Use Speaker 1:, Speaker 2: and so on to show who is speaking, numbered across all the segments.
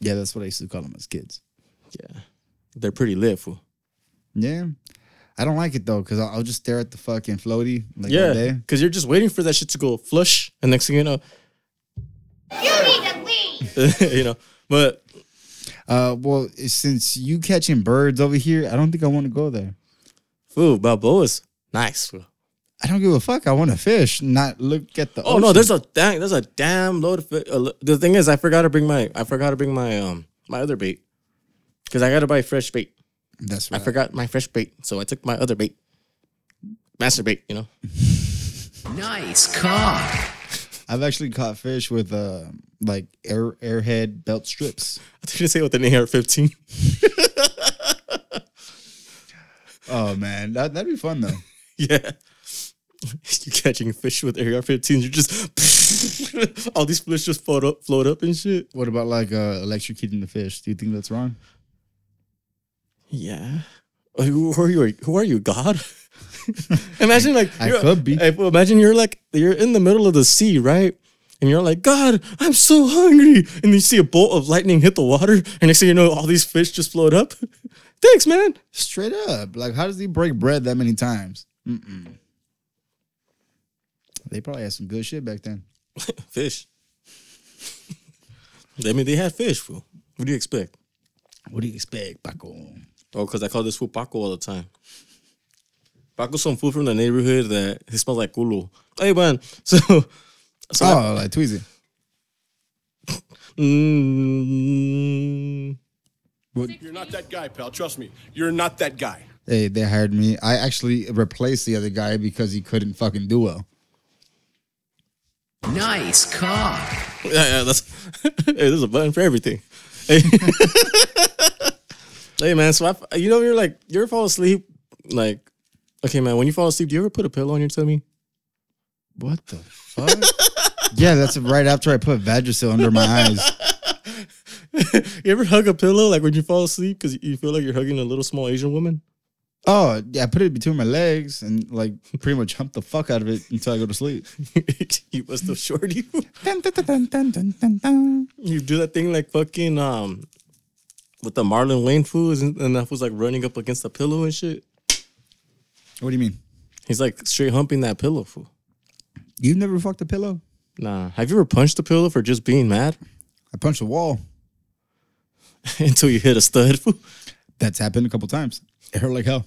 Speaker 1: Yeah, that's what I used to call them as kids.
Speaker 2: Yeah. They're pretty lit, fool.
Speaker 1: Yeah. I don't like it though, because I'll, I'll just stare at the fucking floaty like all
Speaker 2: yeah.
Speaker 1: day.
Speaker 2: Because you're just waiting for that shit to go flush. And next thing you know,
Speaker 3: You need to leave.
Speaker 2: you know. But
Speaker 1: Uh, well, since you catching birds over here, I don't think I want to go there.
Speaker 2: fool, Balboa's nice, fool.
Speaker 1: I don't give a fuck. I want to fish, not look at the.
Speaker 2: Oh no, there's a dang, there's a damn load of fi- uh, lo- The thing is, I forgot to bring my, I forgot to bring my um my other bait, because I gotta buy fresh bait.
Speaker 1: That's
Speaker 2: I
Speaker 1: right.
Speaker 2: forgot my fresh bait, so I took my other bait, master bait. You know,
Speaker 4: Nice cock.
Speaker 1: I've actually caught fish with uh like air airhead belt strips.
Speaker 2: I didn't say with an AR-15.
Speaker 1: Oh man, that that'd be fun though.
Speaker 2: yeah, you catching fish with AR-15s? You're just all these fish just float up, float up and shit.
Speaker 1: what about like uh electrocuting the fish? Do you think that's wrong?
Speaker 2: Yeah. Uh, Who who are you? Who are you, God? imagine like
Speaker 1: I
Speaker 2: you're-
Speaker 1: could be.
Speaker 2: I- well, imagine you're like you're in the middle of the sea, right? And you're like, God, I'm so hungry. And you see a bolt of lightning hit the water, and next thing you know, all these fish just float up. Thanks, man.
Speaker 1: Straight up, like how does he break bread that many times? Mm-mm. They probably had some good shit back then.
Speaker 2: Fish. I mean, they had fish, fool. What do you expect?
Speaker 1: What do you expect, Paco?
Speaker 2: Oh, because I call this fool Paco all the time. Paco's some fool from the neighborhood that he smells like culo. Hey, man. So, so I-
Speaker 1: Oh, like Tweezy.
Speaker 2: Mm,
Speaker 5: You're not that guy, pal. Trust me. You're not that guy.
Speaker 1: They they hired me. I actually replaced the other guy because he couldn't fucking do well.
Speaker 4: Nice cock.
Speaker 2: yeah, yeah, that's hey, there's a button for everything. Hey, Hey, man, so I, you know you're like you ever fall asleep like okay man when you fall asleep do you ever put a pillow on your tummy?
Speaker 1: What the fuck? yeah, that's right after I put Vagisil under my eyes.
Speaker 2: You ever hug a pillow like when you fall asleep because you feel like you're hugging a little small Asian woman?
Speaker 1: Oh, yeah, I put it between my legs and like pretty much hump the fuck out of it until I go to sleep.
Speaker 2: you must have shorty.
Speaker 1: Dun, dun, dun, dun, dun, dun, dun.
Speaker 2: you do that thing like fucking um with the Marlon Wayne fool isn't- and that was like running up against the pillow and shit.
Speaker 1: What do you mean?
Speaker 2: He's like straight humping that pillow fool.
Speaker 1: You've never fucked a pillow?
Speaker 2: Nah, have you ever punched a pillow for just being mad?
Speaker 1: I punched a wall.
Speaker 2: until you hit a stud.
Speaker 1: That's happened a couple times. It hurt like hell.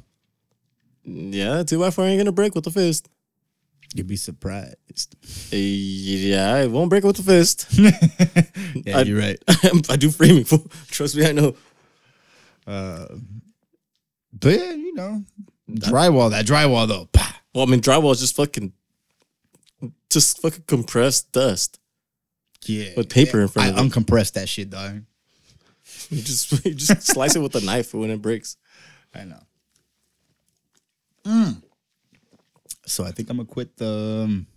Speaker 2: yeah, two by four ain't gonna break with a fist.
Speaker 1: You'd be surprised.
Speaker 2: Eh, Yeah, it won't break with a fist.
Speaker 1: Yeah,
Speaker 2: I-
Speaker 1: you're right.
Speaker 2: I do framing. fool. Trust me, I know.
Speaker 1: But yeah, you know, drywall, that drywall though. Pah.
Speaker 2: Well, I mean, drywall is just fucking, just fucking compressed dust.
Speaker 1: Yeah.
Speaker 2: With paper in front
Speaker 1: I
Speaker 2: of it.
Speaker 1: uncompressed that shit, dog.
Speaker 2: You just you just slice it with a knife when it breaks.
Speaker 1: I know. Mm. So I think I'm gonna quit the um,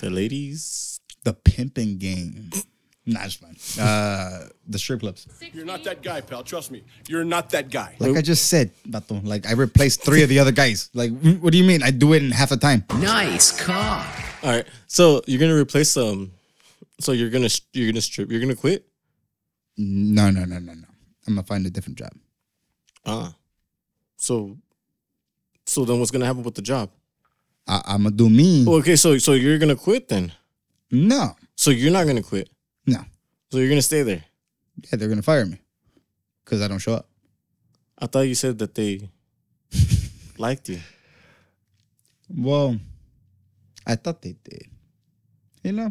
Speaker 2: The ladies.
Speaker 1: the pimping game. Nah, just fine. Uh, the strip clubs.
Speaker 5: You're not that guy, pal. Trust me. You're not that guy.
Speaker 1: Like I just said, Bato, like I replaced three of the other guys. Like, mm, what do you mean? I do it in half the time.
Speaker 4: Nice cock.
Speaker 2: All right, so you're gonna replace um, so you're gonna you're gonna strip. You're gonna quit.
Speaker 1: No, no, no, no, no. I'm gonna find a different job.
Speaker 2: Ah, so, so then what's gonna happen with the job?
Speaker 1: I- I'm gonna do me.
Speaker 2: Well, okay, so so you're gonna quit then.
Speaker 1: No,
Speaker 2: So you're not gonna quit.
Speaker 1: no.
Speaker 2: So you're gonna stay there.
Speaker 1: Yeah, they're gonna fire me because I don't show up.
Speaker 2: I thought you said that they liked you.
Speaker 1: Well, I thought they did. You know,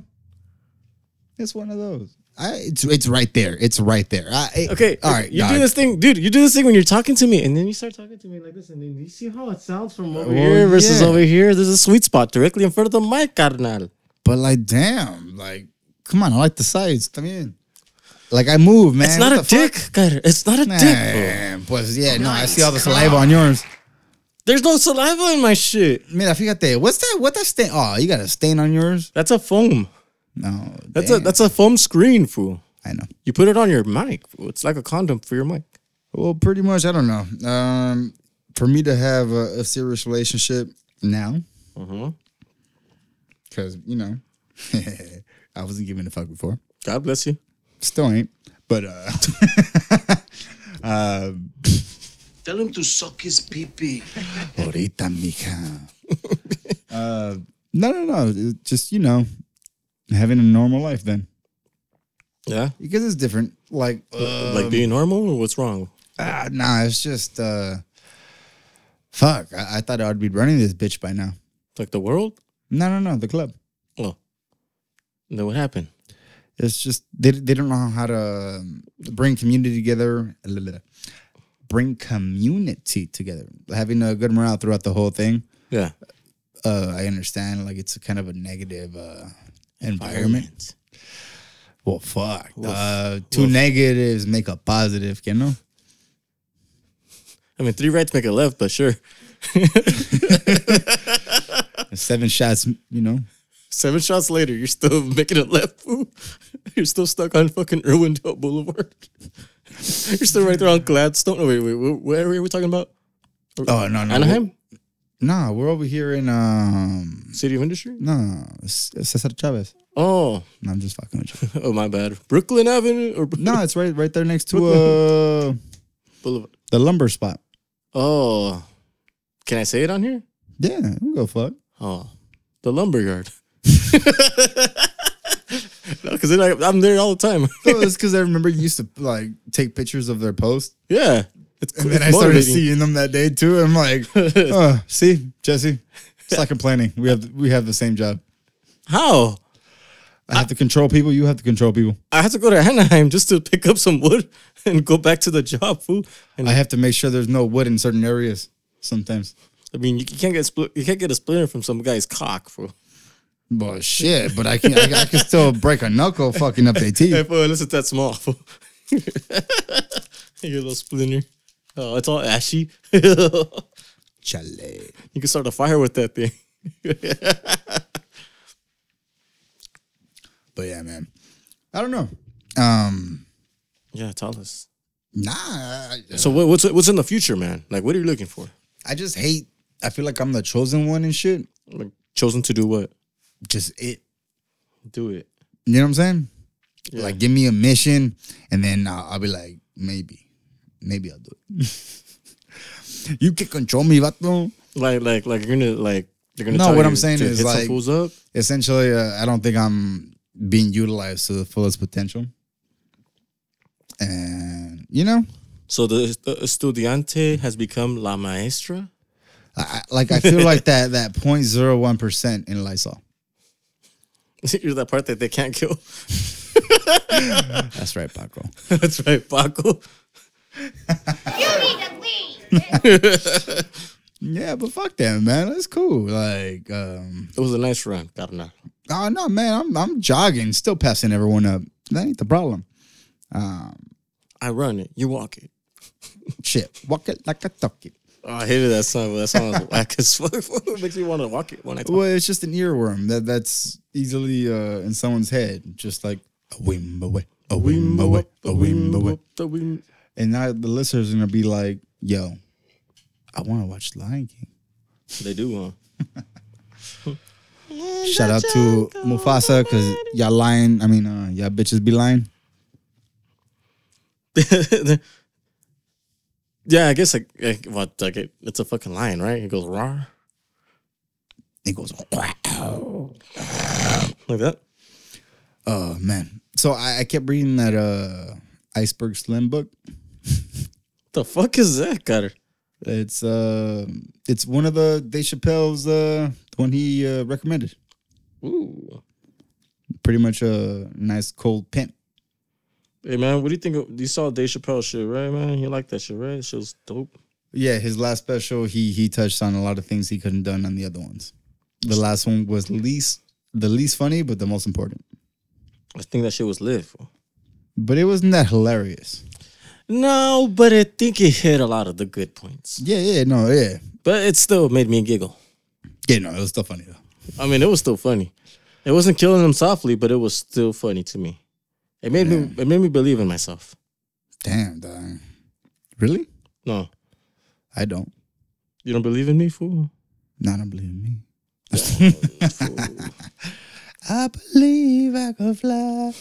Speaker 1: it's one of those. I it's it's right there. It's right there. I, it-
Speaker 2: Okay,
Speaker 1: all right.
Speaker 2: You
Speaker 1: dog.
Speaker 2: do this thing, dude. You do this thing when you're talking to me, and then you start talking to me like this, and then you see how it sounds from over
Speaker 1: Well,
Speaker 2: here versus
Speaker 1: yeah.
Speaker 2: over here. There's a sweet spot directly in front of the mic, carnal.
Speaker 1: But like, damn, like, come on, I like the sides. I mean, like, I move, man.
Speaker 2: It's not
Speaker 1: What
Speaker 2: a
Speaker 1: the fuck?
Speaker 2: dick, car. It's not a dick. bro.
Speaker 1: Nah, pues yeah, no, I see all the saliva on yours.
Speaker 2: There's no saliva in my shit.
Speaker 1: Mira, fíjate, what's that? What that stain? Oh, you got a stain on yours?
Speaker 2: That's a foam.
Speaker 1: No,
Speaker 2: That's a
Speaker 1: damn.
Speaker 2: that's a foam screen, fool.
Speaker 1: I know.
Speaker 2: You put it on your mic. Fool. It's like a condom for your mic.
Speaker 1: Well, pretty much, I don't know. Um, for me to have a, a serious relationship now, because you know, I wasn't giving a fuck before,
Speaker 2: God bless you.
Speaker 1: still ain't. But uh, uh
Speaker 4: Tell him to suck his pee pee.
Speaker 1: Ahorita, mija. uh, no, no, no. It- Just, you know, having a normal life then.
Speaker 2: Yeah.
Speaker 1: Because it's different. Like, uh,
Speaker 2: like being normal or what's wrong?
Speaker 1: ah, nah, it's just, uh, fuck. I, I thought I'd be running this bitch by now.
Speaker 2: Like the world?
Speaker 1: No, no, no. The club.
Speaker 2: Well, then what happened?
Speaker 1: It's just, they, they don't know how to um, bring community together. Bring community together. Having a good morale throughout the whole thing.
Speaker 2: Yeah.
Speaker 1: Uh, I understand, like, it's a kind of a negative uh, environment. Well, fuck. Uh, two negatives make a positive, you know?
Speaker 2: I mean, three rights make a left, but sure.
Speaker 1: Seven shots, you know?
Speaker 2: Seven shots later, you're still making a left. fool. You're still stuck on fucking Irwindale Boulevard. you're still right there on Gladstone. Oh, wait, wait, wh- what area are we talking about?
Speaker 1: Oh, no, no.
Speaker 2: Anaheim?
Speaker 1: Nah, we're over here in, um,
Speaker 2: City of Industry?
Speaker 1: no, it's- it's Cesar Chavez.
Speaker 2: Oh,
Speaker 1: No, I'm just fucking with you.
Speaker 2: oh, my bad. Brooklyn Avenue or
Speaker 1: no, it's right right there next to uh
Speaker 2: Boulevard?
Speaker 1: the lumber spot.
Speaker 2: Oh, can I say it on here?
Speaker 1: Yeah, we go fuck.
Speaker 2: Oh, the lumberyard. no, because I'm there all the time.
Speaker 1: No, it's because I remember you used to like take pictures of their post.
Speaker 2: yeah, it's,
Speaker 1: And
Speaker 2: it's
Speaker 1: then I started
Speaker 2: motivating.
Speaker 1: seeing them that day too. And I'm like, oh, see, Jesse, stop complaining. We have we have the same job.
Speaker 2: how
Speaker 1: I have to control people, you have to control people.
Speaker 2: I had to go to Anaheim just to pick up some wood and go back to the job. Fool. And
Speaker 1: I
Speaker 2: I,
Speaker 1: have to make sure there's no wood in certain areas sometimes.
Speaker 2: mean, you can't get split, you can't get a splinter from some guy's cock, fool.
Speaker 1: Well, shit, but I can I, I can still break a knuckle fucking up their
Speaker 2: Hey,
Speaker 1: teeth.
Speaker 2: fool, uh, unless it's that small. Fool. Your little splinter. Oh, it's all ashy. you
Speaker 1: Chale.
Speaker 2: can start a fire with that thing.
Speaker 1: But yeah, man. I don't know. Um,
Speaker 2: Yeah, tell us.
Speaker 1: nah, I,
Speaker 2: So what, what's what's in the future, man? Like, what are you looking for?
Speaker 1: I just hate. I feel like I'm the chosen one and shit.
Speaker 2: Like, chosen to do what?
Speaker 1: Just it.
Speaker 2: Do it.
Speaker 1: You know what I'm saying?
Speaker 2: Yeah.
Speaker 1: Like, give me a mission, and then I'll, I'll be like, maybe, maybe I'll do it. you can control me, vato.
Speaker 2: Like, like, like you're gonna like they're gonna.
Speaker 1: No,
Speaker 2: tell
Speaker 1: what
Speaker 2: you
Speaker 1: I'm saying
Speaker 2: to
Speaker 1: is,
Speaker 2: hit some
Speaker 1: like-
Speaker 2: fools up.
Speaker 1: Essentially, uh, I don't think I'm being utilized to the fullest potential. And you know,
Speaker 2: So the, the estudiante has become la maestra.
Speaker 1: I, I- like I feel like that that point zero one percent in Lysol.
Speaker 2: You're that part that they can't kill.
Speaker 1: That's right, Paco.
Speaker 2: That's right, Paco.
Speaker 3: You need to leave.
Speaker 1: Yeah, but fuck that, man. That's cool. Like, um,
Speaker 2: It was a nice run, carnal.
Speaker 1: oh no, man, I'm I'm jogging, still passing everyone up. That ain't the problem.
Speaker 2: I run it, you walk it.
Speaker 1: Shit, walk it like a tuck it.
Speaker 2: Oh, I hated that song. But that song was whack as fuck. It makes me want to walk it when I talk.
Speaker 1: Well, it's just an earworm that that's easily uh, in someone's head, just like a whim away, a whim away, a whim away. And now the listeners are gonna be like, "Yo, I want to watch Lion King."
Speaker 2: They do, huh?
Speaker 1: Shout out to Mufasa because y'all lying. I mean, uh, y'all bitches be lying.
Speaker 2: yeah, I guess like, eh, what like it, it's a fucking lion, right? It goes raw
Speaker 1: It goes,
Speaker 2: like that.
Speaker 1: oh man. So I, I kept reading that uh, Iceberg Slim book.
Speaker 2: The fuck is that, Cutter?
Speaker 1: It's uh, it's one of the Dave Chappelle's uh, the one he uh, recommended.
Speaker 2: Ooh.
Speaker 1: Pretty much a nice cold pimp.
Speaker 2: Hey man, what do you think? Of, you saw Dave Chappelle shit, right, man? You like that shit, right? Shit was dope.
Speaker 1: Yeah, his last special, he he touched on a lot of things he couldn't done on the other ones. The last one was least the least funny, but the most important.
Speaker 2: I think that shit was lit. fool.
Speaker 1: But it wasn't that hilarious.
Speaker 2: No, but I think it hit a lot of the good points.
Speaker 1: Yeah, yeah, no, yeah,
Speaker 2: But it still made me giggle.
Speaker 1: yeah, no, it was still funny though.
Speaker 2: I mean, it was still funny. It wasn't killing him softly, but it was still funny to me. It made me it made me believe in myself.
Speaker 1: Damn, dog. Really?
Speaker 2: No.
Speaker 1: I don't.
Speaker 2: You don't believe in me, fool?
Speaker 1: Not don't believe me. I believe I can fly.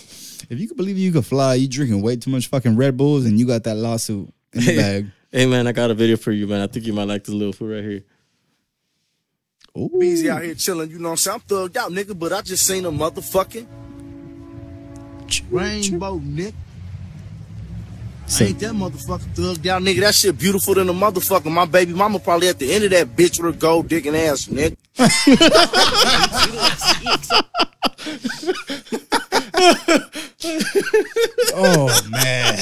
Speaker 1: If you could believe you could fly, you drinking way too much fucking Red Bulls and you got that lawsuit in the bag.
Speaker 2: Hey man, I got a video for you, man. I think you might like this little fool right here.
Speaker 1: Ooh.
Speaker 6: out here chilling, you know what I'm saying? I'm thugged out, nigga, but I just seen a motherfucking.
Speaker 1: Rainbow,
Speaker 6: nigga.
Speaker 1: So-
Speaker 6: Ain't that motherfucker thugged out, nigga? That shit beautiful than a motherfucker. My baby mama probably at the end of that bitch with her gold digging ass, nigga.
Speaker 1: Oh man.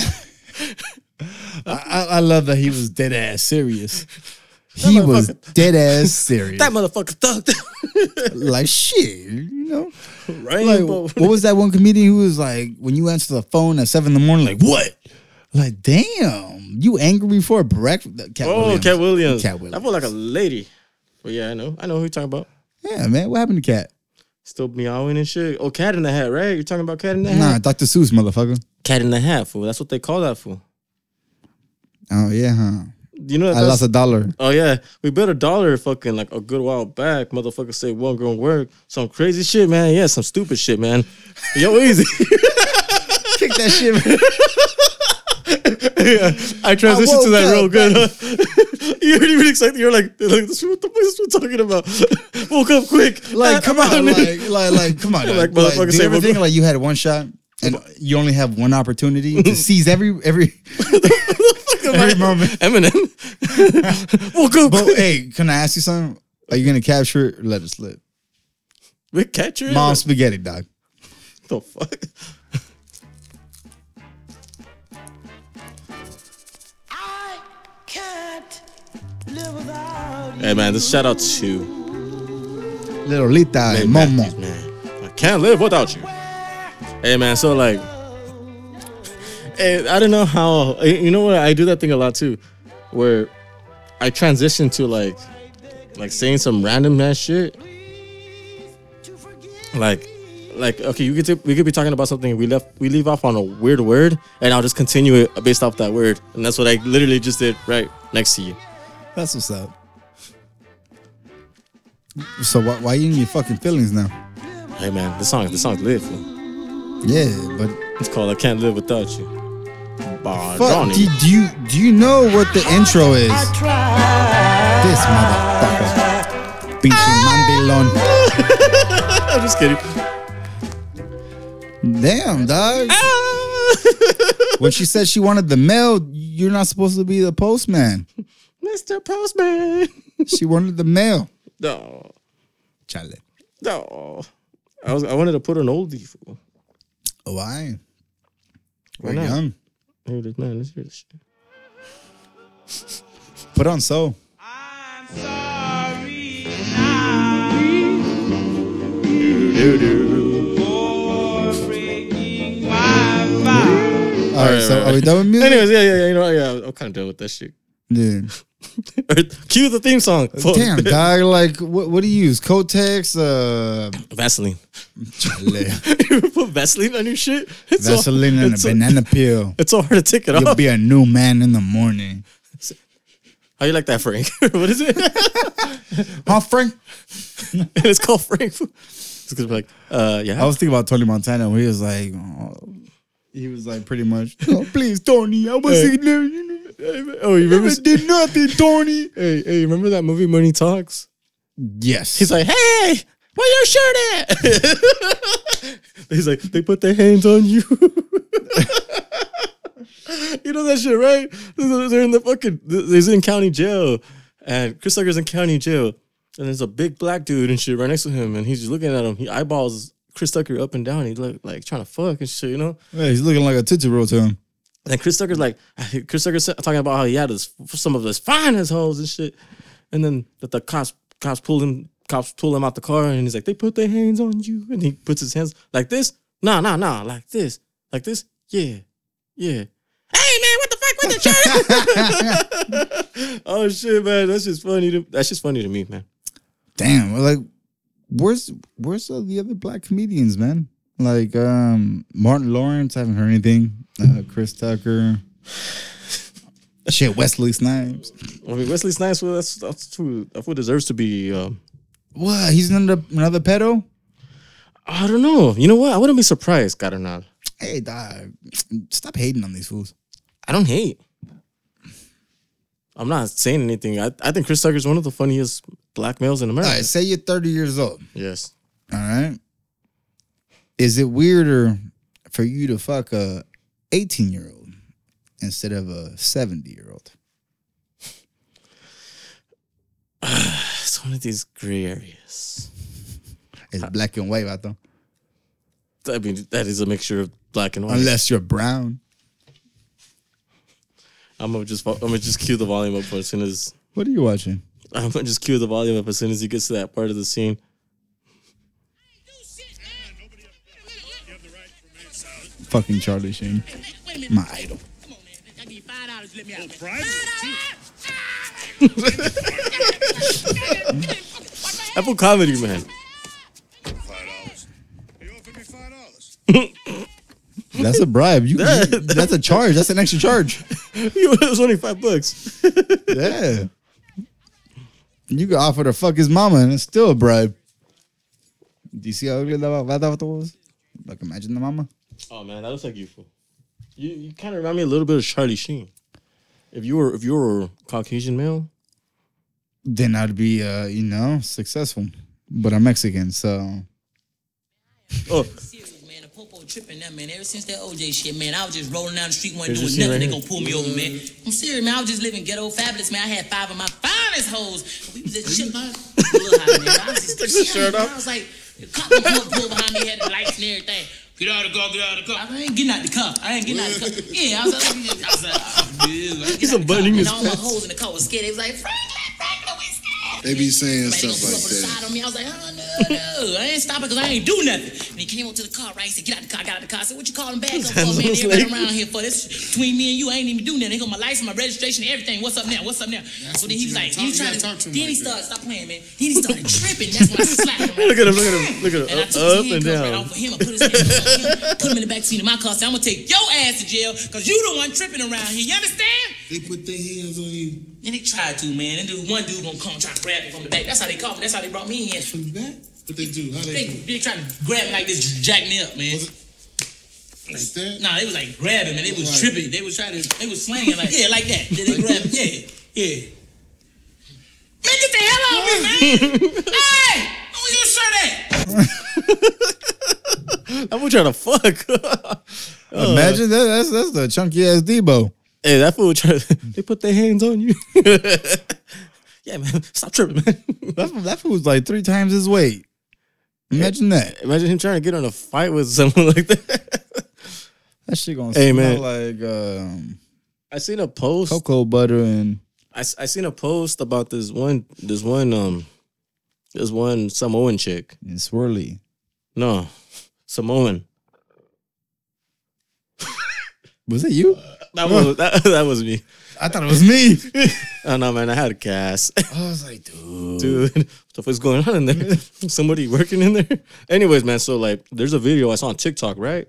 Speaker 1: I, I, I love that he was dead ass serious. He was dead ass serious.
Speaker 2: That motherfucker thugged.
Speaker 1: like shit, you know. Like,
Speaker 2: Rainbow.
Speaker 1: what was that one comedian who was like, when you answer the phone at seven in the morning, like what? Like damn, you angry before breakfast? Cat
Speaker 2: oh,
Speaker 1: Williams.
Speaker 2: Cat Williams.
Speaker 1: Cat Williams.
Speaker 2: I feel like a lady. But yeah, I know. I know who you're talking about.
Speaker 1: yeah, man. What happened to Cat?
Speaker 2: Still meowing and shit. Oh, cat in the hat, right? You're talking about cat in the hat?
Speaker 1: Nah, Dr. Seuss, motherfucker.
Speaker 2: Cat in the hat, fool. That's what they call that fool.
Speaker 1: Oh yeah, huh?
Speaker 2: You know that
Speaker 1: I
Speaker 2: that's-
Speaker 1: lost a dollar.
Speaker 2: Oh yeah, we bet a dollar fucking like a good while back. Motherfucker said one gonna work. Some crazy shit, man. Yeah, some stupid shit, man. Yo, easy.
Speaker 1: Kick that shit. man.
Speaker 2: I transitioned
Speaker 1: woke
Speaker 2: to that
Speaker 1: up,
Speaker 2: real good. Huh? you weren't even excited. You're like, like this, what the fuck is we talking about? Woke up quick.
Speaker 1: Like, come on,
Speaker 2: nigga.
Speaker 1: like, like, like, come on,
Speaker 2: Like,
Speaker 1: like,
Speaker 2: motherfucker
Speaker 1: like, do
Speaker 2: say
Speaker 1: you ever
Speaker 2: what-
Speaker 1: think like you had one shot and you only have one opportunity to seize every every every moment?
Speaker 2: Eminem. woke up
Speaker 1: But
Speaker 2: quick.
Speaker 1: hey, can I ask you something? Are you gonna capture it or let it slip?
Speaker 2: We catch her.
Speaker 1: Mom spaghetti, dog.
Speaker 2: the fuck.
Speaker 7: I can't live without you.
Speaker 2: Hey man, this shout out to
Speaker 1: Little Lita and
Speaker 2: Matthews,
Speaker 1: Momo.
Speaker 2: man. I can't live without you. Hey man, so like, hey, I don't know how. eh, You know what? I do that thing a lot too, where I transition to like, like saying some random ass shit. Like, like okay, you could t- we could be talking about something we left we leave off on a weird word, and I'll just continue it based off that word, and that's what I literally just did right next to you.
Speaker 1: That's what's up. So why, why you in your fucking feelings now?
Speaker 2: Hey man, this song this song's lit. fool.
Speaker 1: Yeah, but
Speaker 2: It's called I Can't Live Without You. By
Speaker 1: fuck,
Speaker 2: Donnie.
Speaker 1: do, do you do you know what the intro is?
Speaker 7: I tried.
Speaker 1: This motherfucker, pinche mandilon.
Speaker 2: I'm just kidding.
Speaker 1: Damn, dog.
Speaker 2: Ah.
Speaker 1: When she said she wanted the mail, you're not supposed to be the postman.
Speaker 2: Mr. Postman.
Speaker 1: She wanted the mail.
Speaker 2: No,
Speaker 1: Chale.
Speaker 2: no. I was I wanted to put an oldie. Fool.
Speaker 1: Why? Oh, We're
Speaker 2: not?
Speaker 1: young.
Speaker 2: Here it is, man. Let's hear this shit.
Speaker 1: Put on so. All right,
Speaker 2: Alright,
Speaker 1: so
Speaker 2: alright.
Speaker 1: are we done with music?
Speaker 2: Anyways, yeah, yeah, yeah. You know, yeah. I'm kind of done with that shit.
Speaker 1: Dude.
Speaker 2: Cue the theme song. Fuck.
Speaker 1: Damn, dog. Like, what, what do you use? Kotex? Uh,
Speaker 2: Vaseline.
Speaker 1: chale.
Speaker 2: you put Vaseline on your shit. It's so-
Speaker 1: Vaseline and a
Speaker 2: it's so-
Speaker 1: banana peel.
Speaker 2: It's so hard to take it
Speaker 1: You'll
Speaker 2: off.
Speaker 1: be a new man in the morning.
Speaker 2: How you like that, Frank? what is it?
Speaker 1: Huh, Frank?
Speaker 2: it's called Frank. It's gonna be like, uh, yeah.
Speaker 1: I was thinking about Tony Montana where he was like, oh, he was like pretty much, oh, please, Tony, I wasn't there. You
Speaker 2: oh, you
Speaker 1: never did nothing, Tony.
Speaker 2: Hey, hey, remember that movie Money Talks?
Speaker 1: Yes.
Speaker 2: He's like, hey, where your shirt at? He's like, they put their hands on you. you know that shit, right? They're they're in the fucking, they're in county jail. And Chris Tucker's in county jail. And there's a big black dude and shit right next to him. And he's just looking at him. He eyeballs Chris Tucker up and down. He's like, like trying to fuck and shit, you know?
Speaker 1: Yeah, he's looking like a tootsie roll to him.
Speaker 2: And Chris Tucker's like, Chris Tucker's talking about how he had his, some of his finest hoes and shit. And then that the cops cops pull him cops pull him out the car and he's like, they put their hands on you. And he puts his hands like this. Nah, nah, nah, like this. Like this. Yeah. Yeah. Hey man, what the fuck with the shirt? oh shit, man. That's just funny to that's just funny to me, man.
Speaker 1: Damn, well, like, where's where's all the other black comedians, man? Like, um, Martin Lawrence, I haven't heard anything. Uh, Chris Tucker. Shit, Wesley Snipes.
Speaker 2: I mean Wesley Snipes, well, that's that's who that's who deserves to be um,
Speaker 1: What? He's another another pedo?
Speaker 2: I don't know. You know what? I wouldn't be surprised, Cardinal.
Speaker 1: Hey, dog, stop hating on these fools.
Speaker 2: I don't hate. I'm not saying anything. I, I think Chris Tucker is one of the funniest black males in
Speaker 1: All
Speaker 2: America.
Speaker 1: right, say you're 30 years old.
Speaker 2: Yes.
Speaker 1: All right. Is it weirder for you to fuck a 18 year old instead of a 70 year old?
Speaker 2: It's one of these gray areas.
Speaker 1: It's black and white, Vato.
Speaker 2: I mean, that is a mixture of black and white.
Speaker 1: Unless you're brown.
Speaker 2: I'm gonna just I'm gonna just cue the volume up for as soon as
Speaker 1: What are you watching?
Speaker 2: I'm gonna just cue the volume up as soon as he gets to that part of the scene.
Speaker 1: Fucking Charlie Sheen, my idol.
Speaker 2: Apple comedy man.
Speaker 1: That's a bribe. You, you- that's a charge. That's an extra charge.
Speaker 2: it was only five bucks.
Speaker 1: Yeah. You could offer to fuck his mama and it's still a bribe. Do you see how ugly that Vato was? Like, imagine the mama.
Speaker 2: Oh man, that looks like you. fool. You you kind of remind me a little bit of Charlie Sheen. If you were if you were Caucasian male,
Speaker 1: then I'd be, uh, you know, successful. But I'm Mexican, so
Speaker 2: oh
Speaker 8: serious, man. The popo tripping that man. Ever since that OJ shit, man, I was just rolling down the street, wasn't
Speaker 2: Here's
Speaker 8: doing
Speaker 2: your
Speaker 8: nothing.
Speaker 2: scene right here.
Speaker 8: they gonna pull me over, man. I'm serious, man. I was just living ghetto fabulous, man. I had five of my finest hoes. We was just chilling. A little high, man. I was just
Speaker 2: Took the
Speaker 8: chilling,
Speaker 2: shirt
Speaker 8: man.
Speaker 2: off.
Speaker 8: I was like, the cop was pulled, pulled behind me, had the lights and everything. Get out of the car, get out of the car. I ain't getting out the car. I ain't getting out the car. Yeah, I was like, I was like, oh, dude. I ain't
Speaker 2: He's
Speaker 8: getting out the car.
Speaker 2: unbuttoning his
Speaker 8: And all my
Speaker 2: pants.
Speaker 8: hoes in the car was scared. They was like, Franklin, Franklin, we scared.
Speaker 9: They be saying
Speaker 8: Somebody
Speaker 9: stuff
Speaker 8: gonna pull
Speaker 9: like
Speaker 8: up on the side on me. I was
Speaker 9: that.
Speaker 8: like, oh no, no, I ain't stopping because I ain't do nothing. And he came up to the car, right? He said, get out the car, get out the car. I said, what you calling back up for, man?
Speaker 2: Sounds
Speaker 8: Everybody
Speaker 2: like-
Speaker 8: around here for this between me and you, I ain't even do nothing. They got my license, my registration, everything. What's up now? What's up now? so
Speaker 9: what
Speaker 8: then he
Speaker 9: you
Speaker 8: was like,
Speaker 9: gotta talk-
Speaker 8: he
Speaker 9: you
Speaker 8: was trying
Speaker 9: gotta
Speaker 8: to.
Speaker 9: talk to him
Speaker 8: then he
Speaker 9: like that.
Speaker 8: started, stop playing, man. Then he started tripping. That's when I slapped him.
Speaker 2: Look at him, look at him, look at him.
Speaker 8: And I
Speaker 2: Up-
Speaker 8: took
Speaker 2: up
Speaker 8: his
Speaker 2: and
Speaker 8: handcuffs
Speaker 2: down.
Speaker 8: Right off of him. I put his handcuffs on him, put him in the back seat of my car. Said, I'm gonna take your ass to jail because you the one tripping around here. You understand?
Speaker 9: They put their hands on you
Speaker 8: And they tried to, man. And dude, one dude gonna come try to grab me from the back. That's how they caught me. That's how they brought me in.
Speaker 9: from the back. What they do? How
Speaker 8: They,
Speaker 9: they do?
Speaker 8: they tried to grab me like this, jack me up, man.
Speaker 9: Was it like that?
Speaker 8: Nah, they was like grabbing, man. They was
Speaker 9: Right.
Speaker 8: tripping. They was trying to, they was slanging like, yeah, like that. Then they grabbed, yeah, yeah. Man, get the hell off me, man! hey, who you shirt at?
Speaker 2: I'm trying to fuck. Uh.
Speaker 1: imagine that. That's that's the chunky ass Debo.
Speaker 2: hey, that fool trying. They put their hands on you. yeah, man, stop tripping, man.
Speaker 1: That fool- that fool's like three times his weight. Imagine that.
Speaker 2: Imagine him trying to get in a fight with someone like that.
Speaker 1: That shit gonna
Speaker 2: Hey,
Speaker 1: smell
Speaker 2: man.
Speaker 1: like um,
Speaker 2: I seen a post.
Speaker 1: cocoa butter and
Speaker 2: I, s- I seen a post about this one this one um this one Samoan chick.
Speaker 1: and swirly.
Speaker 2: No, Samoan.
Speaker 1: Was it you?
Speaker 2: That was that, that was me.
Speaker 1: I thought it was me.
Speaker 2: Oh no, man, I had a cast,
Speaker 1: I was like, dude.
Speaker 2: dude. What the fuck's going on in there? Somebody working in there. Anyways, man. So like, there's a video I saw on TikTok, right?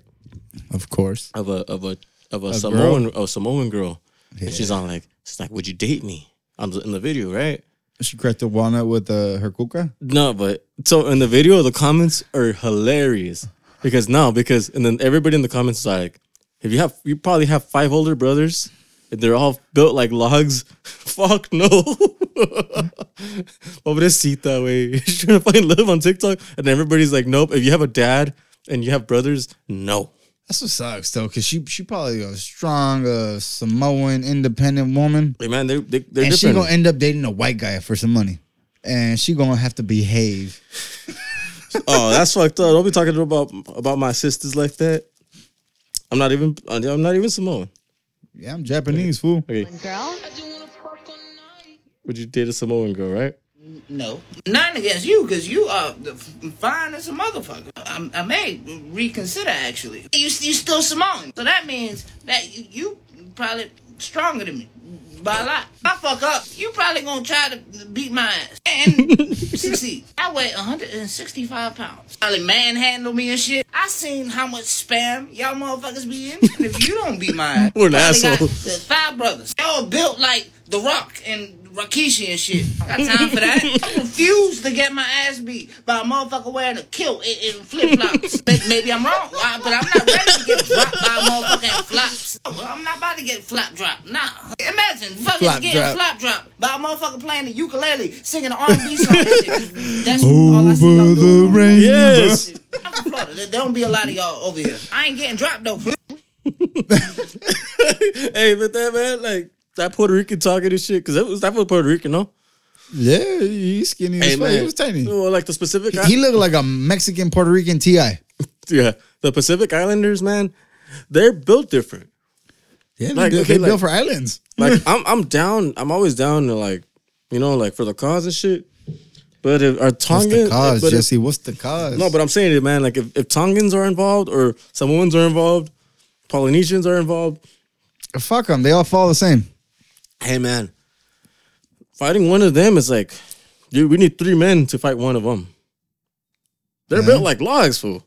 Speaker 1: Of course.
Speaker 2: Of a of a of a,
Speaker 1: girl?
Speaker 2: Samoan a Samoan girl, and she's on like she's like, "Would you date me?" I'm in the video, right?
Speaker 1: She cracked a walnut with uh, her kuka.
Speaker 2: No, but so in the video, the comments are hilarious because no, because and then everybody in the comments is like, if you have, you probably have five older brothers, and they're all built like logs. Fuck no. Pobrecita, way she's trying to find love on TikTok, and everybody's like, nope. If you have a dad and you have brothers, no.
Speaker 1: That's what sucks though, cause she she probably a strong uh, Samoan independent woman.
Speaker 2: Like, man, they're they, they're
Speaker 1: and she
Speaker 2: different.
Speaker 1: gonna end up dating a white guy for some money, and she gonna have to behave.
Speaker 2: oh, that's fucked up. Don't be talking about about my sisters like that. I'm not even. I'm not even Samoan.
Speaker 1: Yeah, I'm Japanese fool.
Speaker 2: Okay,
Speaker 10: Girl?
Speaker 2: would you date a Samoan girl, right?
Speaker 8: No.
Speaker 10: Nothing against you, because you are the f- fine as a motherfucker. I, I may reconsider, actually. You, you still Samoan, so that means that you, you probably stronger than me by a lot. If I fuck up, you probably gonna try to beat my ass and succeed. I weigh 165 pounds. Probably manhandle me and shit. I seen how much spam y'all motherfuckers be in. And if you don't beat my ass,
Speaker 2: What an
Speaker 10: probably got
Speaker 2: asshole.
Speaker 10: the five brothers. Y'all built like The Rock and Rakishi and shit. I got time for that. I refuse to get my ass beat by a motherfucker wearing a kilt and, and flip flops. Maybe I'm wrong, uh, but I'm not ready to get dropped by a motherfucker in flops. Well, I'm not about to get flop dropped. Nah. Imagine fucking
Speaker 1: Flop
Speaker 10: getting
Speaker 1: drop.
Speaker 10: flop dropped by a motherfucker playing the ukulele, singing an R&B song. and shit. That's
Speaker 1: Oh,
Speaker 10: all I see. y'all doing.
Speaker 1: rainbow.
Speaker 2: Yes.
Speaker 10: I'm from Florida. There don't be a lot of y'all over here. I ain't getting dropped though.
Speaker 2: hey, but that man, like that Puerto Rican talking and shit, because that was that was Puerto Rican, no?
Speaker 1: Yeah, he's skinny as fuck. He was tiny.
Speaker 2: Well, like the Pacific,
Speaker 1: He looked like a Mexican Puerto Rican TI.
Speaker 2: yeah, the Pacific Islanders, man, they're built different.
Speaker 1: Yeah,
Speaker 2: Like,
Speaker 1: they,
Speaker 2: okay,
Speaker 1: they
Speaker 2: like-
Speaker 1: built for islands.
Speaker 2: Like I'm, I'm down. I'm always down to like, you know, like for the cause and shit. But if our
Speaker 1: What's
Speaker 2: Tongan,
Speaker 1: the cause,
Speaker 2: but if-
Speaker 1: Jesse? What's the cause?
Speaker 2: No, but I'm saying it, man. Like if, if Tongans are involved or Samoans are involved, Polynesians are involved.
Speaker 1: fuck them. They all fall the same.
Speaker 2: Hey, man, fighting one of them is like, dude, we need three men to fight one of them. They're built like logs, fool.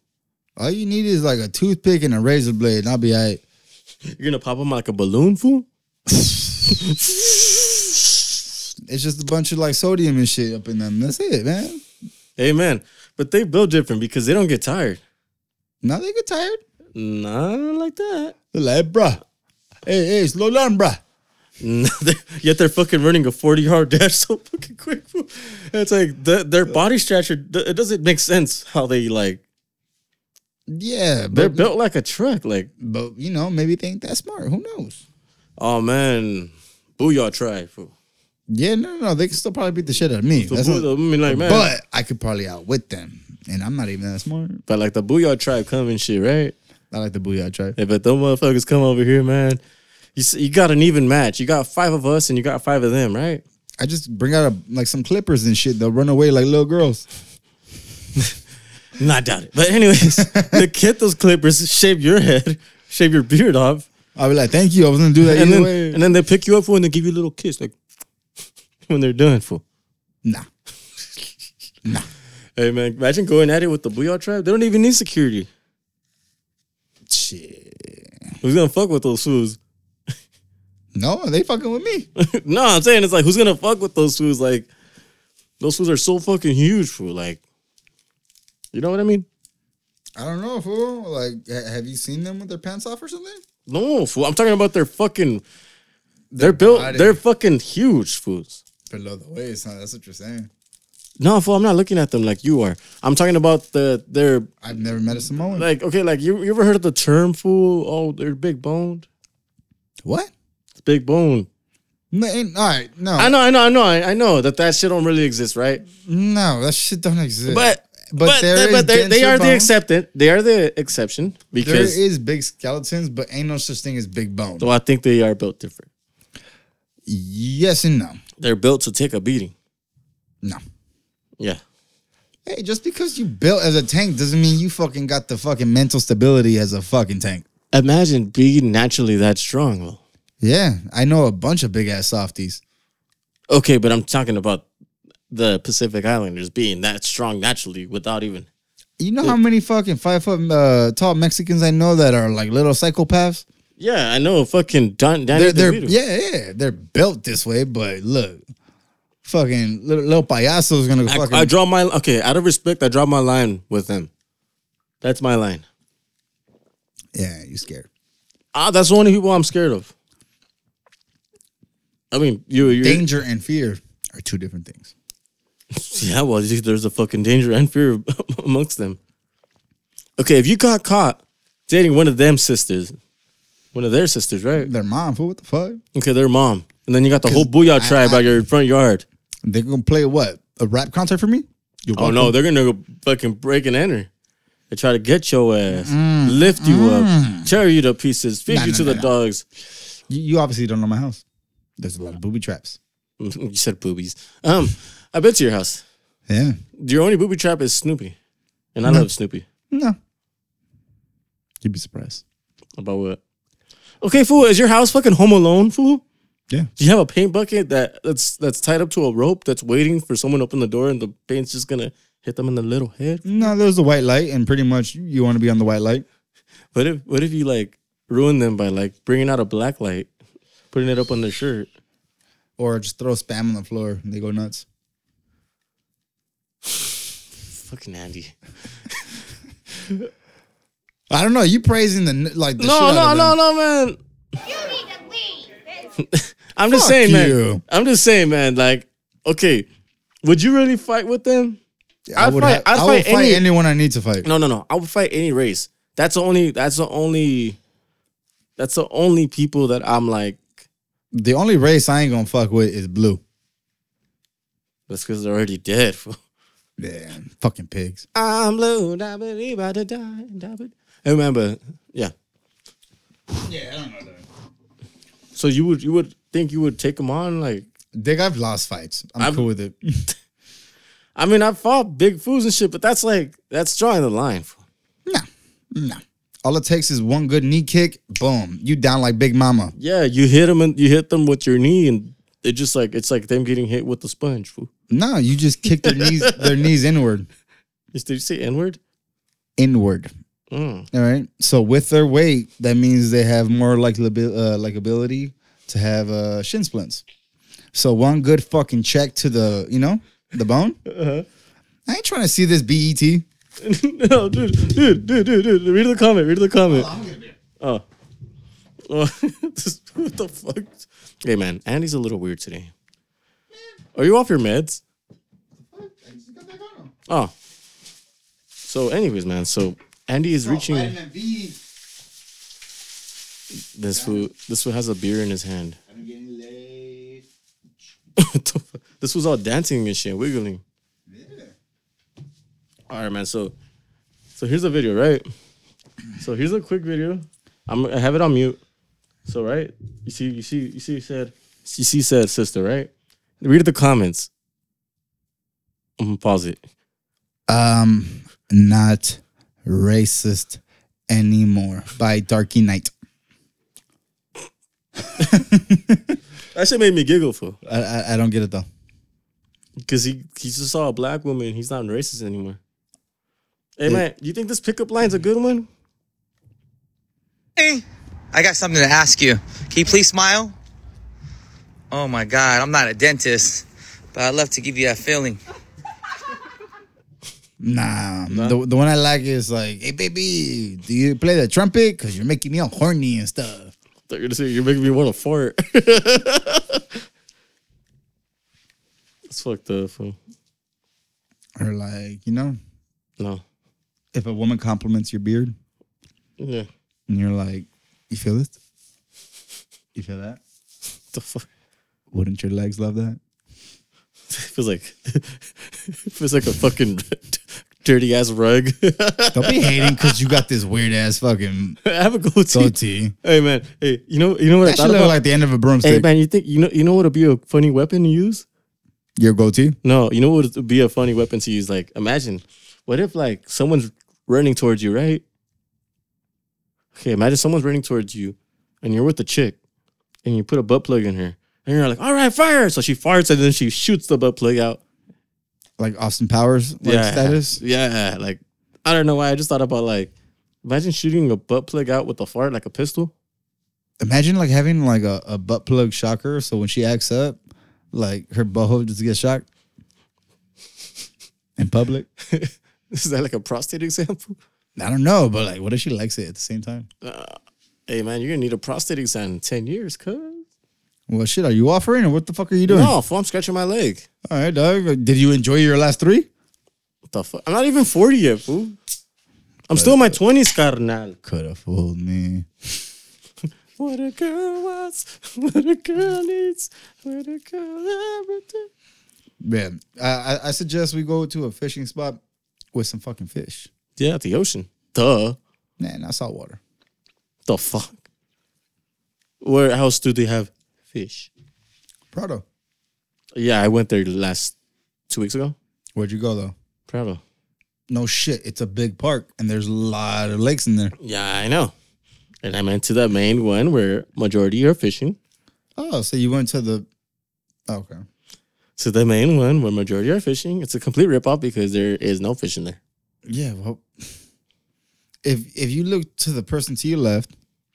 Speaker 1: All you need is like a toothpick and a razor blade, and I'll be all right.
Speaker 2: You're gonna pop them like a balloon, fool.
Speaker 1: It's just a bunch of like sodium and shit up in them. That's it, man.
Speaker 2: Hey, man, but they build different because they don't get tired.
Speaker 1: Now they get tired.
Speaker 2: Not like that.
Speaker 1: They're like, bruh. Hey, hey, slow down, bruh.
Speaker 2: No, they- Yet they're fucking running a 40 yard dash so fucking quick. fool. It's like the, their body structure, th- it doesn't make sense how they like,
Speaker 1: Yeah,
Speaker 2: they're
Speaker 1: but,
Speaker 2: built like a truck. Like,
Speaker 1: but you know, maybe they ain't that smart. Who knows?
Speaker 2: oh man, Booyah tribe. fool.
Speaker 1: Yeah, no, no, no. They can still probably beat the shit out of me.
Speaker 2: The
Speaker 1: That's
Speaker 2: Booyah, I
Speaker 1: not,
Speaker 2: mean, like, man. But,
Speaker 1: but I could probably outwit them. And I'm not even that smart.
Speaker 2: like the Booyah tribe come and shit, right?
Speaker 1: I like the booyah tribe.
Speaker 2: Yeah, but those motherfuckers come over here, man. You, s- you got an even match. You got five of us and you got five of them, right?
Speaker 1: I just bring out a, like some clippers and shit. They'll run away like little girls.
Speaker 2: Not doubt it. But anyways, the get those clippers, shave your head, shave your beard off,
Speaker 1: I'll be like, thank you. I was gonna do that
Speaker 2: and
Speaker 1: either
Speaker 2: then
Speaker 1: way.
Speaker 2: and then they pick you up for and they give you a little kiss, like when they're done for.
Speaker 1: nah.
Speaker 2: Hey man, imagine going at it with the booyah tribe. They don't even need security.
Speaker 1: Shit.
Speaker 2: Who's gonna fuck with those fools?
Speaker 1: No, they fucking with me.
Speaker 2: no, I'm saying it's like who's gonna fuck with those fools? Like those fools are so fucking huge, fool. Like, you know what I mean?
Speaker 1: I don't know, fool. Like, ha- have you seen them with their pants off or something?
Speaker 2: No, fool. I'm talking about their fucking. They're built.
Speaker 1: body.
Speaker 2: They're fucking huge fools.
Speaker 1: Below the waist, huh? That's what you're saying.
Speaker 2: No, fool. I'm not looking at them like you are. I'm talking about the their
Speaker 1: I've never met a Samoan.
Speaker 2: Mm. like. Okay, like you. You ever heard of the term fool? Oh, they're big boned.
Speaker 1: what?
Speaker 2: It's big bone.
Speaker 1: No, ain't, all right, no,
Speaker 2: I know. I know. I know. I, I know that that shit don't really exist, right?
Speaker 1: no, that shit don't exist.
Speaker 2: But
Speaker 1: But
Speaker 2: but,
Speaker 1: there
Speaker 2: they-
Speaker 1: is
Speaker 2: but they, they
Speaker 1: denser
Speaker 2: are
Speaker 1: bone.
Speaker 2: the exception. They are the exception
Speaker 1: there
Speaker 2: because
Speaker 1: is big skeletons, but ain't no such thing as big bone.
Speaker 2: though I think they are built different.
Speaker 1: Yes and no,
Speaker 2: They're built to take a beating.
Speaker 1: no.
Speaker 2: Yeah.
Speaker 1: Hey, just because you built as a tank doesn't mean you fucking got the fucking mental stability as a fucking tank.
Speaker 2: Imagine being naturally that strong. Though.
Speaker 1: Yeah, I know a bunch of big ass softies.
Speaker 2: Okay, but I'm talking about the Pacific Islanders being that strong naturally without even.
Speaker 1: You know how many fucking five foot uh, tall Mexicans I know that are like little psychopaths.
Speaker 2: Yeah, I know. Fucking Don, Danny
Speaker 1: They're, they're
Speaker 2: DeVito.
Speaker 1: yeah, yeah, they're built this way. But look, fucking little, little payaso is gonna fucking.
Speaker 2: I, I draw my okay. Out of respect, I draw my line with them. That's my line.
Speaker 1: yeah, you scared.
Speaker 2: Ah, that's the only people I'm scared of. I mean, you, you.
Speaker 1: Danger and fear are two different things.
Speaker 2: Yeah, well, you- there's a fucking danger and fear amongst them. Okay, if you got caught dating one of them sisters, one of their sisters, right?
Speaker 1: Their mom, fool, what the fuck?
Speaker 2: Okay, their mom, and then you got the whole booyah tribe out your front yard.
Speaker 1: They gonna play what? A rap concert for me? You're
Speaker 2: Oh no, they're gonna go fucking break and enter. They try to get your ass, lift you up, tear you to pieces, feed
Speaker 1: Nah,
Speaker 2: you
Speaker 1: nah,
Speaker 2: to
Speaker 1: nah,
Speaker 2: the
Speaker 1: nah.
Speaker 2: dogs.
Speaker 1: You, you obviously don't know my house. There's a lot of booby traps.
Speaker 2: Mm, You said boobies. Um, I bet to your house.
Speaker 1: Yeah.
Speaker 2: Your only booby trap is Snoopy, and I love Snoopy.
Speaker 1: No. You'd be surprised.
Speaker 2: About what? Okay, fool. Is your house fucking home alone, fool?
Speaker 1: Yeah.
Speaker 2: Do you have a paint bucket that that's that's tied up to a rope that's waiting for someone to open the door and the paint's just gonna hit them in the little head?
Speaker 1: No, there's the white light, and pretty much you want to be on the white light.
Speaker 2: What if what if you like ruin them by like bringing out a black light, putting it up on their shirt?
Speaker 1: Or just throw spam on the floor and they go nuts.
Speaker 2: Fucking Andy.
Speaker 1: I don't know. You praising the n- like the shit
Speaker 2: No,
Speaker 1: out
Speaker 2: no,
Speaker 1: of
Speaker 2: no,
Speaker 1: them.
Speaker 2: no, man.
Speaker 3: You need a weed.
Speaker 2: I'm just
Speaker 1: Fuck
Speaker 2: saying,
Speaker 1: you.
Speaker 2: man. I'm just saying, man. Like, okay, would you really fight with them?
Speaker 1: I
Speaker 2: I'd
Speaker 1: would. Fight,
Speaker 2: fight- I'd
Speaker 1: I would
Speaker 2: fight
Speaker 1: fight
Speaker 2: any-
Speaker 1: anyone I need to fight.
Speaker 2: No, no, no. I would fight any race. That's the only. That's the only. That's the only people that I'm like.
Speaker 1: The only race I ain't gonna fuck with is blue.
Speaker 2: That's because they're already dead. fool.
Speaker 1: Yeah, fucking pigs.
Speaker 2: I'm blue. da ba dee ba da da, da ba- I remember. Yeah.
Speaker 1: Yeah, I don't know.
Speaker 2: So you would you would think you would take them on like.
Speaker 1: Dick, I've lost fights. I'm
Speaker 2: I've-
Speaker 1: cool with it.
Speaker 2: I mean, I fought big fools and shit, but that's like that's drawing the line. fool.
Speaker 1: No, no. All it takes is one good knee kick. Boom, you down like Big Mama.
Speaker 2: Yeah, you hit them and you hit them with your knee, and it just like it's like them getting hit with the sponge. Fool.
Speaker 1: No, you just kick their knees, their knees inward,
Speaker 2: Did you say N word?
Speaker 1: inward.
Speaker 2: Mm.
Speaker 1: All right. So with their weight, that means they have more likely uh, like ability to have uh, shin splints. So one good fucking check to the you know the bone.
Speaker 2: Uh-huh.
Speaker 1: I ain't trying to see this E BET.
Speaker 2: no, dude, dude, dude, dude, dude. Read the comment. Read the comment. Oh, oh. This- what the fuck? Hey, man, Andy's a little weird today. Are you off your meds? Oh. So, anyways, man. So Andy is reaching this fool. This fool has a beer in his hand. What the fu- this was all dancing and shit, wiggling. All right, man. So, so here's the video, right? So here's a quick video. I'm I have it on mute. So right, you see, you see, you see, said, you see, said sister, right? Read the comments. I'm gonna pause it.
Speaker 1: Um, not racist anymore by Darky Knight.
Speaker 2: That shit made me giggle for,
Speaker 1: I, I I don't get it though.
Speaker 2: cause he he just saw a black woman. He's not racist anymore. Hey man, you think this pickup line's a good one?
Speaker 11: Hey, I got something to ask you. Can you please smile? Oh my God, I'm not a dentist, but I'd love to give you that feeling.
Speaker 1: Nah, the the one I like is like, hey baby, do you play the trumpet? Cause you're making me all horny and stuff.
Speaker 2: Thought you were gonna say, You're making me want to fart. That's fucked up. fool.
Speaker 1: Or like, you know,
Speaker 2: No.
Speaker 1: if a woman compliments your beard
Speaker 2: Yeah.
Speaker 1: and you're like, you feel this? You feel that?
Speaker 2: The fuck.
Speaker 1: Wouldn't your legs love that?
Speaker 2: feels like feels like a fucking dirty ass rug.
Speaker 1: Don't be hating because you got this weird ass fucking
Speaker 2: I have a goatee.
Speaker 1: goatee.
Speaker 2: Hey man, hey, you know you know what I
Speaker 1: That should
Speaker 2: thought
Speaker 1: look
Speaker 2: about?
Speaker 1: like the end of a broomstick.
Speaker 2: hey man, you think you know you know what would be a funny weapon to use?
Speaker 1: Your goatee.
Speaker 2: No, you know what would be a funny weapon to use? Like imagine, what if like someone's running towards you, right? Okay, imagine someone's running towards you, and you're with a chick, and you put a butt plug in her, and you're like, all right, fire! So she farts, and then she shoots the butt plug out.
Speaker 1: Like Austin Powers like status.
Speaker 2: Yeah, like I don't know why. I just thought about like imagine shooting a butt plug out with a fart like a pistol.
Speaker 1: Imagine like having like a, a butt plug shocker so when she acts up, like her butthole just gets shocked. In public.
Speaker 2: Is that like a prostate example?
Speaker 1: I don't know, but like what if she likes it at the same time?
Speaker 2: Hey man, you're gonna need a prostate exam in ten years, cuz.
Speaker 1: Well shit, are you offering or what the fuck are you doing?
Speaker 2: No, fool, I'm scratching my leg.
Speaker 1: All right, dog. Did you enjoy your last three?
Speaker 2: What the fuck? I'm not even 40 yet, fool. I'm still in my 20s, carnal.
Speaker 1: Could have fooled me.
Speaker 2: What a girl wants, what a girl needs, what a girl everything.
Speaker 1: Man, I, I- I suggest we go to a fishing spot with some fucking fish.
Speaker 2: Yeah, the ocean. Duh.
Speaker 1: Nah, not saltwater.
Speaker 2: The fuck? Where else do they have fish?
Speaker 1: Prado.
Speaker 2: Yeah, I went there last two weeks ago.
Speaker 1: Where'd you go though?
Speaker 2: Prado.
Speaker 1: No shit. It's a big park and there's a lot of lakes in there.
Speaker 2: Yeah, I know. And I went to the main one where majority are fishing.
Speaker 1: Oh, so you went to the okay.
Speaker 2: So the main one where majority are fishing. It's a complete ripoff because there is no fish in there.
Speaker 1: Yeah, well if if you look to the person to your left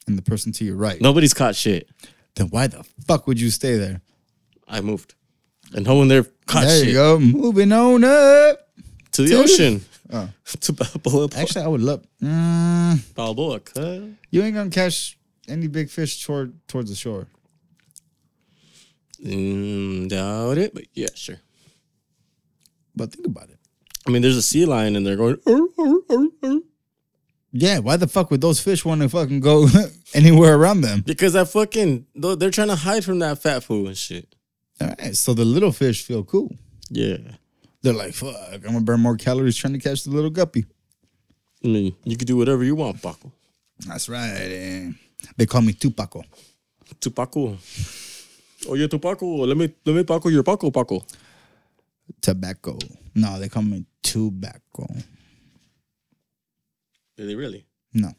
Speaker 1: and the person to your right,
Speaker 2: Nobody's caught shit.
Speaker 1: then why the fuck would you stay there?
Speaker 2: I moved. And no one there caught
Speaker 1: There
Speaker 2: Ah, shit
Speaker 1: you go. Moving on up
Speaker 2: to the ocean.
Speaker 1: Oh.
Speaker 2: to Balboa.
Speaker 1: Actually, I would love. Mm,
Speaker 2: Balboa. huh?
Speaker 1: you ain't gonna catch any big fish toward towards the shore.
Speaker 2: Mm, doubt it, but yeah, sure.
Speaker 1: But think about it.
Speaker 2: I mean, there's a sea lion and they're going, "Arr, arr, arr, arr,"
Speaker 1: Yeah, why the fuck would those fish want to fucking go anywhere around them?
Speaker 2: because I fucking, tho- they're trying to hide from that fat fool and shit.
Speaker 1: All right, so the little fish feel cool.
Speaker 2: Yeah.
Speaker 1: They're like, fuck, I'm gonna burn more calories trying to catch the little guppy.
Speaker 2: I mean, you could do whatever you want, Paco.
Speaker 1: That's right. eh. They call me Tupaco.
Speaker 2: To Paco. Oh, you're to Paco. Let me, let me Paco your Paco, Paco.
Speaker 1: Tobacco. No, they call me Tobacco.
Speaker 2: Did they really?
Speaker 1: No.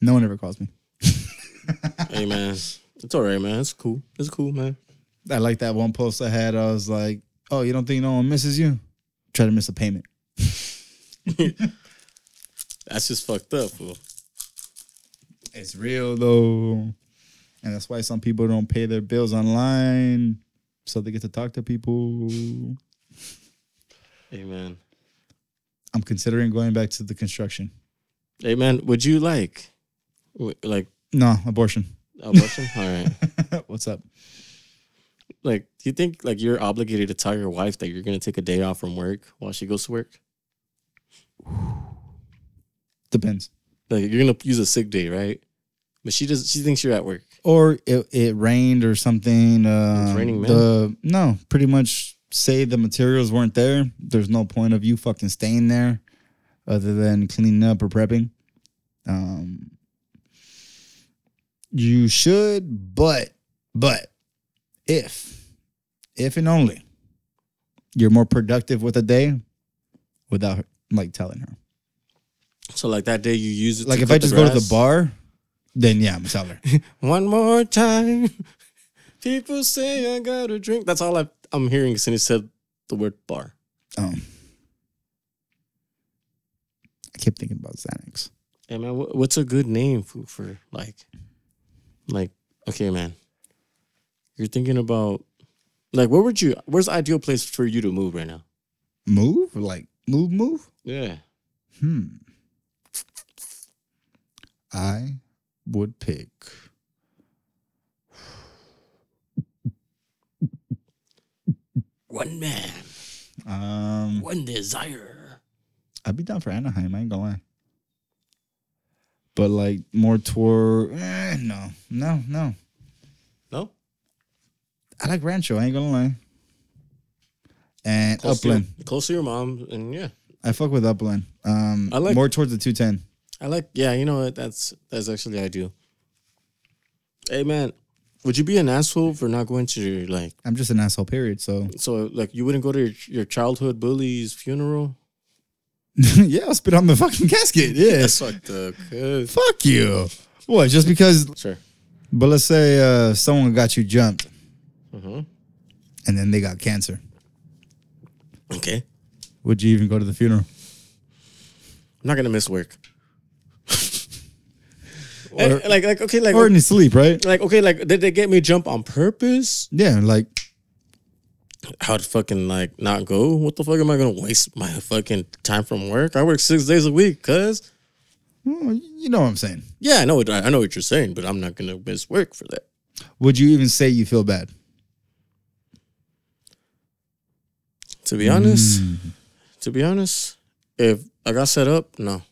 Speaker 1: No one ever calls me.
Speaker 2: hey, man. It's all right, man. It's cool. It's cool, man.
Speaker 1: I like that one post I had. I was like, oh, you don't think no one misses you? Try to miss a payment.
Speaker 2: That's just fucked up, fool.
Speaker 1: It's real though. And that's why some people don't pay their bills online. So they get to talk to people.
Speaker 2: Hey, man.
Speaker 1: I'm considering going back to the construction.
Speaker 2: Hey, man, would you like, w- like,
Speaker 1: No, abortion.
Speaker 2: abortion? all right.
Speaker 1: What's up?
Speaker 2: Like, do you think, like, you're obligated to tell your wife that you're going to take a day off from work while she goes to work?
Speaker 1: Depends.
Speaker 2: Like, you're going to use a sick day, right? But she does, she thinks you're at work.
Speaker 1: Or it, it rained or something. Uh,
Speaker 2: raining men.
Speaker 1: the, No, pretty much say the materials weren't there. There's no point of you fucking staying there other than cleaning up or prepping. Um, you should, but, but if, if and only you're more productive with a day without like telling her.
Speaker 2: So, like, that day you use it
Speaker 1: Like
Speaker 2: to
Speaker 1: if
Speaker 2: cut
Speaker 1: I just go to the
Speaker 2: grass.
Speaker 1: bar, then yeah, I'm a teller.
Speaker 2: One more time. People say I gotta drink. That's all I, I'm hearing since he said the word bar.
Speaker 1: Um, I kept thinking about Xanax.
Speaker 2: Hey man, wh- what's a good name for, for like, like okay man, you're thinking about like where would you? Where's the ideal place for you to move right now?
Speaker 1: Move, like move, move.
Speaker 2: Yeah,
Speaker 1: Hmm. I would pick.
Speaker 2: one man,
Speaker 1: Um,
Speaker 2: one desire.
Speaker 1: I'd be down for Anaheim. I ain't gonna lie. But like more toward eh, no, no, no.
Speaker 2: No,
Speaker 1: I like Rancho. I ain't gonna lie. And
Speaker 2: Close to your-
Speaker 1: Upland.
Speaker 2: close to your mom, and yeah,
Speaker 1: I fuck with Upland. Um,
Speaker 2: I like-
Speaker 1: more towards the two ten.
Speaker 2: I like. Yeah, you know what? That's that's actually ideal. Hey man, would you be an asshole for not going to your like?
Speaker 1: I'm just an asshole. Period. So
Speaker 2: So like you wouldn't go to your, your childhood bully's funeral?
Speaker 1: yeah, I'll spit on the fucking casket. Yeah.
Speaker 2: That's fucked up. Uh,
Speaker 1: Fuck you. What? Just because?
Speaker 2: Sure.
Speaker 1: But let's say uh, someone got you jumped, Mm-hmm.
Speaker 2: Mhm.
Speaker 1: and then they got cancer.
Speaker 2: Okay.
Speaker 1: Would you even go to the funeral?
Speaker 2: I'm not gonna miss work. Eh, like like okay like
Speaker 1: Or in his sleep, right?
Speaker 2: like okay like did they get me jump on purpose?
Speaker 1: Yeah, like
Speaker 2: How'd fucking like not go? What the fuck am I gonna waste my fucking time from work? I work six days a week, cuz
Speaker 1: well, mm, you know what I'm saying.
Speaker 2: yeah, I know what I know what you're saying, but I'm not gonna miss work for that.
Speaker 1: Would you even say you feel bad?
Speaker 2: To be honest, to be honest, if I got set up, no.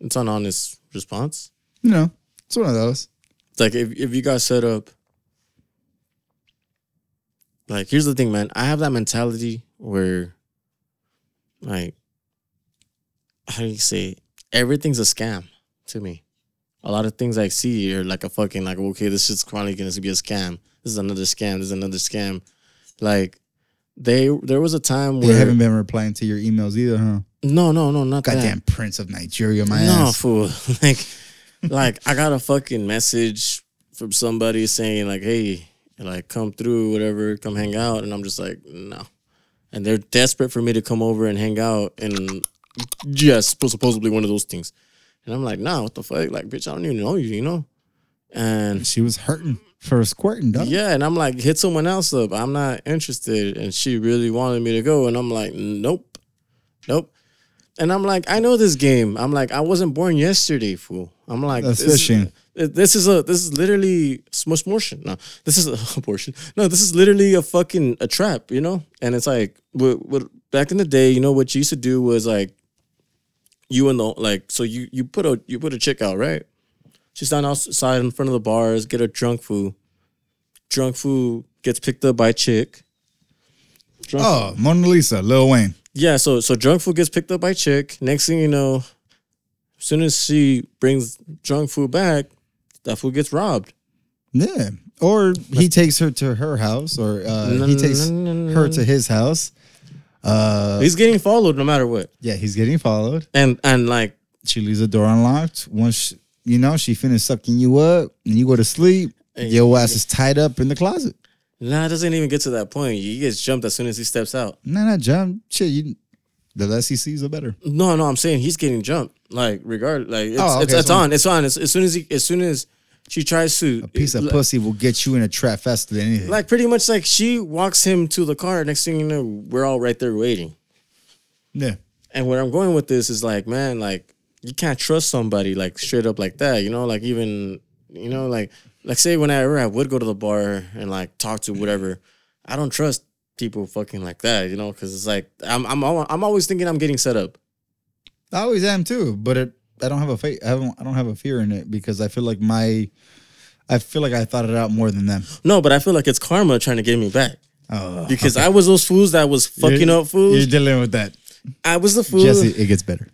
Speaker 2: It's an honest response.
Speaker 1: You know, it's one of those.
Speaker 2: It's like if, if you got set up like here's the thing man i have that mentality where like how do you say it? everything's a scam to me a lot of things i see are like a fucking like okay this shit's probably gonna be a scam this is another scam this is another scam like they there was a time
Speaker 1: They
Speaker 2: where
Speaker 1: haven't been replying to your emails either, huh?
Speaker 2: no no no not that
Speaker 1: Goddamn prince of Nigeria, my
Speaker 2: no,
Speaker 1: ass.
Speaker 2: fool. like, like I got a fucking message from somebody saying like, "Hey, like come through, whatever, come hang out," and I'm just like, no. And they're desperate for me to come over and hang out, and yes, supposedly one of those things. And I'm like, nah, what the fuck? Like, bitch, I don't even know you, you know? and
Speaker 1: she was hurting for a squirting, dog.
Speaker 2: Yeah, and I'm like, hit someone else up. I'm not interested. And she really wanted me to go, and I'm like, nope, nope. And I'm like, I know this game. I'm like, I wasn't born yesterday, fool. I'm like,
Speaker 1: That's
Speaker 2: this is-
Speaker 1: fishing.
Speaker 2: this is a this is literally smush motion. No, this is a abortion. No, this is literally a fucking a trap, you know. And it's like, what, what back in the day, you know, what you used to do was like, you and the like, so you you put a you put a chick out, right? She's down outside in front of the bars, get her drunk fool. Drunk fool gets picked up by a chick. Drunk
Speaker 1: Oh, Mona Lisa, Lil Wayne.
Speaker 2: yeah, so so drunk food gets picked up by chick. Next thing you know, as soon as she brings drunk food back, that food gets robbed.
Speaker 1: Yeah. Or he takes her to her house, or uh,
Speaker 2: No,
Speaker 1: he
Speaker 2: no,
Speaker 1: takes
Speaker 2: no, no, no,
Speaker 1: her
Speaker 2: no.
Speaker 1: to his house. Uh,
Speaker 2: He's getting followed no matter what.
Speaker 1: yeah, he's getting followed.
Speaker 2: And and like
Speaker 1: She leaves the door unlocked. Once she, you know she finishes sucking you up, and you go to sleep. Your ass is tied up in the closet.
Speaker 2: nah, it doesn't even get to that point. He gets jumped as soon as he steps out.
Speaker 1: No, no, John. Shit, you. The less he sees, the better.
Speaker 2: No, no, I'm saying he's getting jumped. Like regard like it's
Speaker 1: Oh, okay,
Speaker 2: it's, it's
Speaker 1: so-
Speaker 2: on, it's on. It's, as soon as he as soon as she tries to
Speaker 1: A piece of pussy will get you in a trap faster than anything.
Speaker 2: Like pretty much like she walks him to the car. Next thing you know, we're all right there waiting.
Speaker 1: Yeah.
Speaker 2: And where I'm going with this is like, man, like you can't trust somebody like straight up like that. You know, like even you know, like like say whenever I would go to the bar and like talk to whatever, I don't trust people fucking like that. You know, because it's like I'm I'm al- I'm always thinking I'm getting set up.
Speaker 1: I always am too, but it, I don't have a fe- I haven't I don't have a fear in it because I feel like my I feel like I thought it out more than them.
Speaker 2: No, but I feel like it's karma trying to get me back
Speaker 1: Oh,
Speaker 2: because I was those fools that was fucking
Speaker 1: You're-
Speaker 2: up fools.
Speaker 1: You're dealing with that,
Speaker 2: I was the fool,
Speaker 1: Jesse. It gets better.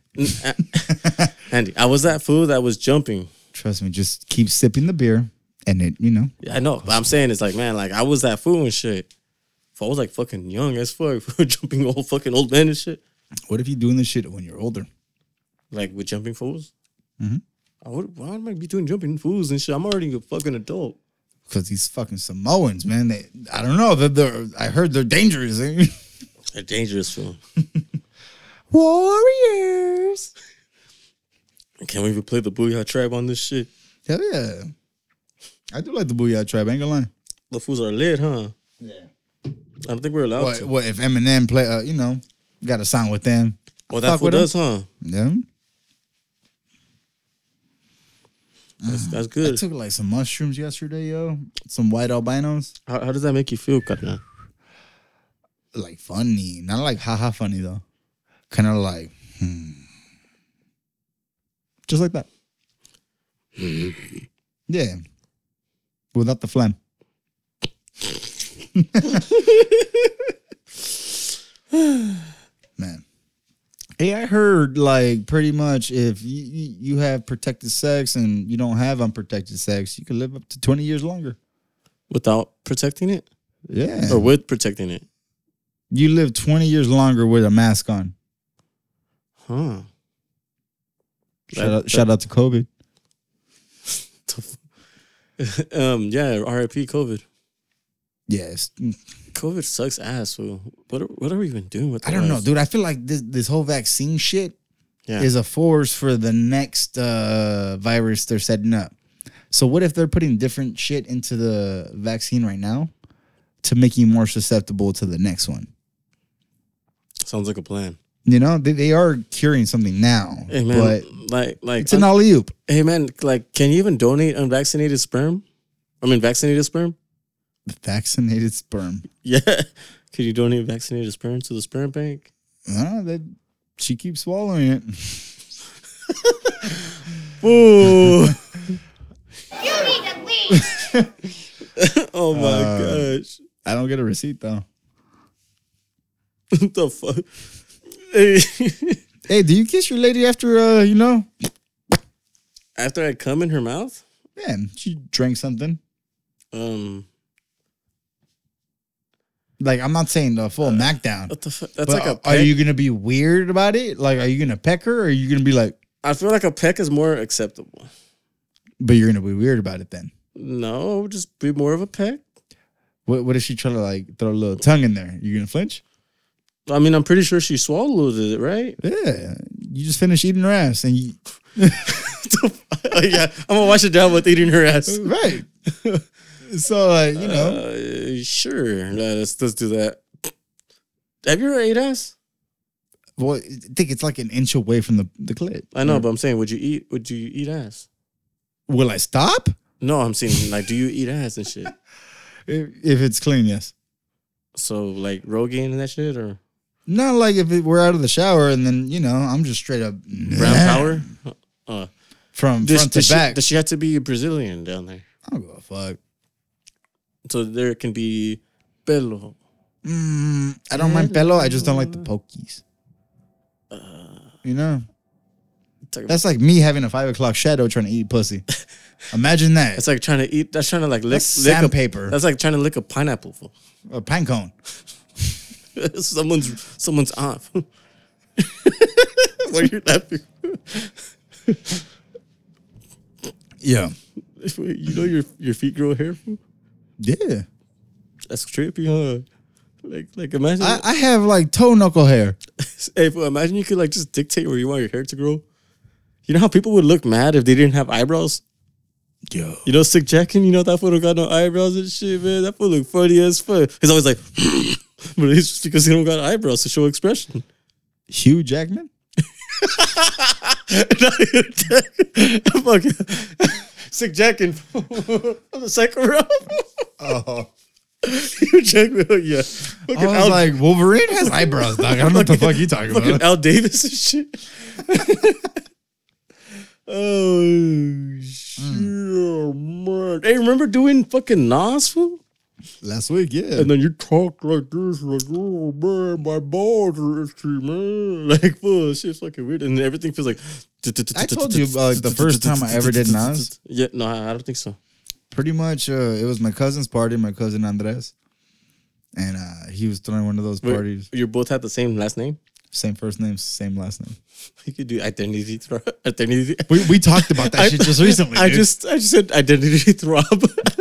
Speaker 2: Andy. I was that fool that was jumping.
Speaker 1: Trust me. Just keep sipping the beer, and it you know
Speaker 2: Yeah, I know. But I'm saying it's like, man, like I was that fool and shit. If I was like fucking young as fuck, jumping old fucking old men and shit,
Speaker 1: What if you're doing this shit when you're older?
Speaker 2: like with jumping fools.
Speaker 1: Mhm.
Speaker 2: I would, why am I be doing jumping fools and shit? I'm already a fucking adult.
Speaker 1: Because these fucking Samoans, man. They, I don't know. They're, they're, I heard they're dangerous. eh?
Speaker 2: A dangerous fool.
Speaker 1: Warriors.
Speaker 2: Can we even play the booyah trap on this shit?
Speaker 1: Hell yeah. I do like the Booyah tribe. I ain't gonna lie.
Speaker 2: The fools are lit, huh?
Speaker 1: Yeah.
Speaker 2: I don't think we're allowed
Speaker 1: What,
Speaker 2: to.
Speaker 1: what if Eminem play? Uh, you know, got to sign with them.
Speaker 2: Well, that
Speaker 1: fuck
Speaker 2: fool
Speaker 1: with
Speaker 2: does, huh?
Speaker 1: Yeah.
Speaker 2: That's, that's
Speaker 1: I
Speaker 2: good.
Speaker 1: took like some mushrooms yesterday, yo. Some white albinos.
Speaker 2: How, how does that make you feel, Katna?
Speaker 1: Like funny. Not like haha funny though. Kind of like, hmm. Just like that. yeah. Without the phlegm. Man. Hey, I heard like pretty much if you, you you have protected sex and you don't have unprotected sex, you can live up to 20 years longer.
Speaker 2: Without protecting it?
Speaker 1: Yeah.
Speaker 2: Or with protecting it?
Speaker 1: You live 20 years longer with a mask on.
Speaker 2: Huh.
Speaker 1: Shout, out, shout out to COVID.
Speaker 2: Um, yeah, RIP COVID.
Speaker 1: Yes.
Speaker 2: COVID sucks ass. fool. What are, what are we even doing with?
Speaker 1: I don't
Speaker 2: our
Speaker 1: know,
Speaker 2: lives?
Speaker 1: dude. I feel like this, this whole vaccine shit
Speaker 2: Yeah.
Speaker 1: is a force for the next uh, virus they're setting up. So, what if they're putting different shit into the vaccine right now to make you more susceptible to the next one?
Speaker 2: Sounds like a plan.
Speaker 1: You know, they, they are curing something now,
Speaker 2: Hey man,
Speaker 1: but
Speaker 2: like like uh,
Speaker 1: it's an alley oop.
Speaker 2: hey man, like can you even donate unvaccinated sperm? I mean vaccinated sperm?
Speaker 1: Vaccinated sperm.
Speaker 2: Yeah. Could you donate vaccinated sperm to the sperm bank?
Speaker 1: Ah, that, she keeps swallowing it.
Speaker 3: You
Speaker 2: Ooh.
Speaker 3: need a weed.
Speaker 2: oh my
Speaker 1: Uh,
Speaker 2: gosh.
Speaker 1: I don't get a receipt though.
Speaker 2: what the fuck? Hey.
Speaker 1: Hey, do you kiss your lady after uh, you know?
Speaker 2: After I come in her mouth?
Speaker 1: Man, she drank something.
Speaker 2: Um
Speaker 1: Like I'm not saying the full knockdown.
Speaker 2: what the fuck? Uh, That's
Speaker 1: but
Speaker 2: like a
Speaker 1: are
Speaker 2: peck.
Speaker 1: you gonna be weird about it? Like, are you gonna peck her, or are you gonna be like,
Speaker 2: I feel like a peck is more acceptable.
Speaker 1: but you're gonna be weird about it then?
Speaker 2: No, it would just be more of a peck.
Speaker 1: What What if she try to like throw a little tongue in there? You gonna flinch?
Speaker 2: I mean, I'm pretty sure she swallowed it, right?
Speaker 1: Yeah, you just finished eating her ass, and you,
Speaker 2: What the fuck? Oh, yeah, I'm gonna wash it down with eating her ass.
Speaker 1: Right. so like you know,
Speaker 2: Uh, sure. No, let's let's do that. Have you ever ate ass?
Speaker 1: well, I think it's like an inch away from the the clit.
Speaker 2: I know, but I'm saying, would you eat? Would you eat ass?
Speaker 1: Will I stop
Speaker 2: No, I'm saying, like, do you eat ass and shit?
Speaker 1: if, if it's clean? Yes.
Speaker 2: So like Rogaine and that shit, or
Speaker 1: Not like if it, we're out of the shower and then you know I'm just straight up
Speaker 2: brown power? Uh,
Speaker 1: from
Speaker 2: does,
Speaker 1: front to
Speaker 2: does she,
Speaker 1: back.
Speaker 2: does she have to be Brazilian down there?
Speaker 1: I don't give a fuck.
Speaker 2: So there can be pelo.
Speaker 1: Mm, I don't mind pelo. I just don't like the pokies. You know,
Speaker 2: Talking
Speaker 1: that's like me having a five o'clock shadow trying to eat pussy. Imagine that.
Speaker 2: That's like trying to eat. That's trying to like lick,
Speaker 1: That's
Speaker 2: lick a
Speaker 1: sandpaper.
Speaker 2: That's like trying to lick a pineapple. Fool.
Speaker 1: A pine cone.
Speaker 2: someone's someone's aunt. Why you laughing?
Speaker 1: Yeah.
Speaker 2: You know your your feet grow hair. Fool?
Speaker 1: Yeah.
Speaker 2: That's trippy, huh? Like like imagine.
Speaker 1: I, I have like toe knuckle hair.
Speaker 2: hey, fool, imagine you could like just dictate where you want your hair to grow. You know how people would look mad if they didn't have eyebrows.
Speaker 1: Yo.
Speaker 2: You know, sick Jackin, you know that fool don't got no eyebrows and shit, man. That fool look funny as fuck. He's always like, but it's just because he don't got eyebrows to show expression.
Speaker 1: Hugh Jackman?
Speaker 2: Fuck. Sick Jackin. I'm the second round.
Speaker 1: Oh.
Speaker 2: you check me out, yeah. Fucking
Speaker 1: I was
Speaker 2: Al,
Speaker 1: like, Wolverine has eyebrows, dog. I don't know what the fuck you talking
Speaker 2: fucking
Speaker 1: about.
Speaker 2: Al Davis and shit. oh, shit, man. Hey, remember doing fucking Nas, fool?
Speaker 1: Last week, yeah.
Speaker 2: And then you talk like this, like, oh man, my balls are itchy, man. Like, full shit's fucking weird. And everything feels like.
Speaker 1: I told you, uh, the first time I ever did Nas.
Speaker 2: Yeah, no, I I don't think so.
Speaker 1: Pretty much, uh, it was my cousin's party, my cousin Andres. And uh, he was throwing one of those
Speaker 2: Wait,
Speaker 1: parties.
Speaker 2: You both had the same last name?
Speaker 1: Same first name, same last name.
Speaker 2: You could do identity throb. Identity.
Speaker 1: We, we talked about that
Speaker 2: I-
Speaker 1: shit just recently.
Speaker 2: I
Speaker 1: dude.
Speaker 2: just, I just said identity throb.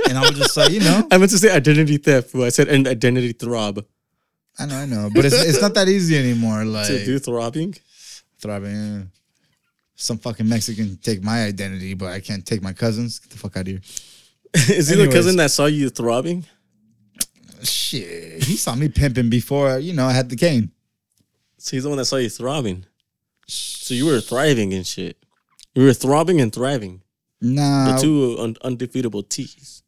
Speaker 1: and I was just like, you know,
Speaker 2: I meant to say identity theft, but I said an identity throb.
Speaker 1: I know, I know, but it's, it's not that easy anymore. Like,
Speaker 2: To do throbbing.
Speaker 1: throbbing. eh. Some fucking Mexican take my identity, but I can't take my cousin's. Get the fuck out of here.
Speaker 2: Is he the
Speaker 1: Anyways.
Speaker 2: cousin that saw you throbbing?
Speaker 1: Shit, he saw me pimping before you know I had the cane.
Speaker 2: So he's the one that saw you throbbing. So you were thriving and shit. You were throbbing and thriving. The
Speaker 1: Nah,
Speaker 2: two un- undefeatable T's.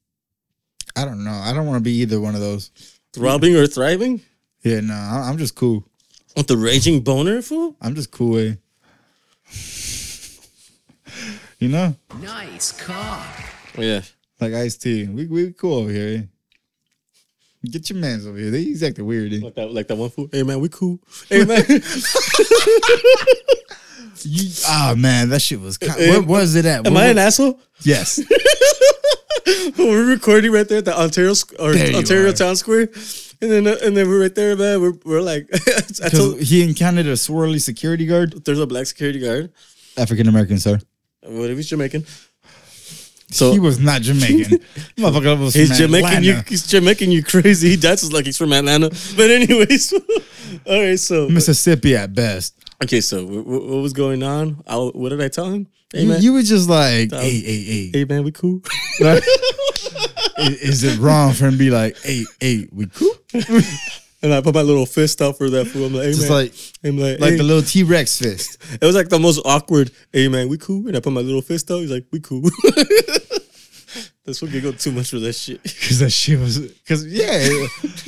Speaker 1: I don't know. I don't want to be either one of those.
Speaker 2: Throbbing or thriving?
Speaker 1: Yeah, no, nah, I- I'm just cool.
Speaker 2: With the raging boner, fool?
Speaker 1: I'm just cool. Eh? you know,
Speaker 2: Yeah.
Speaker 1: like Ice T. We we cool over here. Eh? Get your man's over here. They he's acting weird. Eh?
Speaker 2: Like that, like that one fool. Hey, man, we cool. Hey, man.
Speaker 1: You, ah man, that shit was. Kind, where was it at?
Speaker 2: Am
Speaker 1: Where
Speaker 2: I an
Speaker 1: was-
Speaker 2: asshole?
Speaker 1: Yes.
Speaker 2: we're recording right there at the Ontario squ- or
Speaker 1: There you
Speaker 2: Ontario
Speaker 1: are.
Speaker 2: Town Square. And then, uh, and then we're right there, man. We're, we're like, I
Speaker 1: Because
Speaker 2: told,
Speaker 1: he encountered a swirly security guard,
Speaker 2: there's a black security guard.
Speaker 1: African American, sir.
Speaker 2: What if he's Jamaican? So
Speaker 1: he was not Jamaican. Motherfucker was
Speaker 2: Oh. He's
Speaker 1: from
Speaker 2: Jamaican.
Speaker 1: Atlanta.
Speaker 2: You, he's Jamaican. You crazy. He dances like he's from Atlanta. But anyways, all right. So
Speaker 1: Mm. Mississippi at best.
Speaker 2: okay. So wh- wh- what was going on? I, what did I tell him? Hey
Speaker 1: You,
Speaker 2: man.
Speaker 1: you were just like,
Speaker 2: Um,
Speaker 1: hey, hey, hey.
Speaker 2: hey man. We cool.
Speaker 1: Like, i- is it wrong for him to be like, hey, hey, we cool?
Speaker 2: and I put my little fist out for that fool. I'm like, hey
Speaker 1: Just
Speaker 2: man.
Speaker 1: like
Speaker 2: I'm like,
Speaker 1: like
Speaker 2: hey.
Speaker 1: the little T Rex fist.
Speaker 2: it was like the most awkward. Hey man, we cool. And I put my little fist out. He's like, we cool. That's what giggled too much for that shit.
Speaker 1: Cause that shit was cause yeah,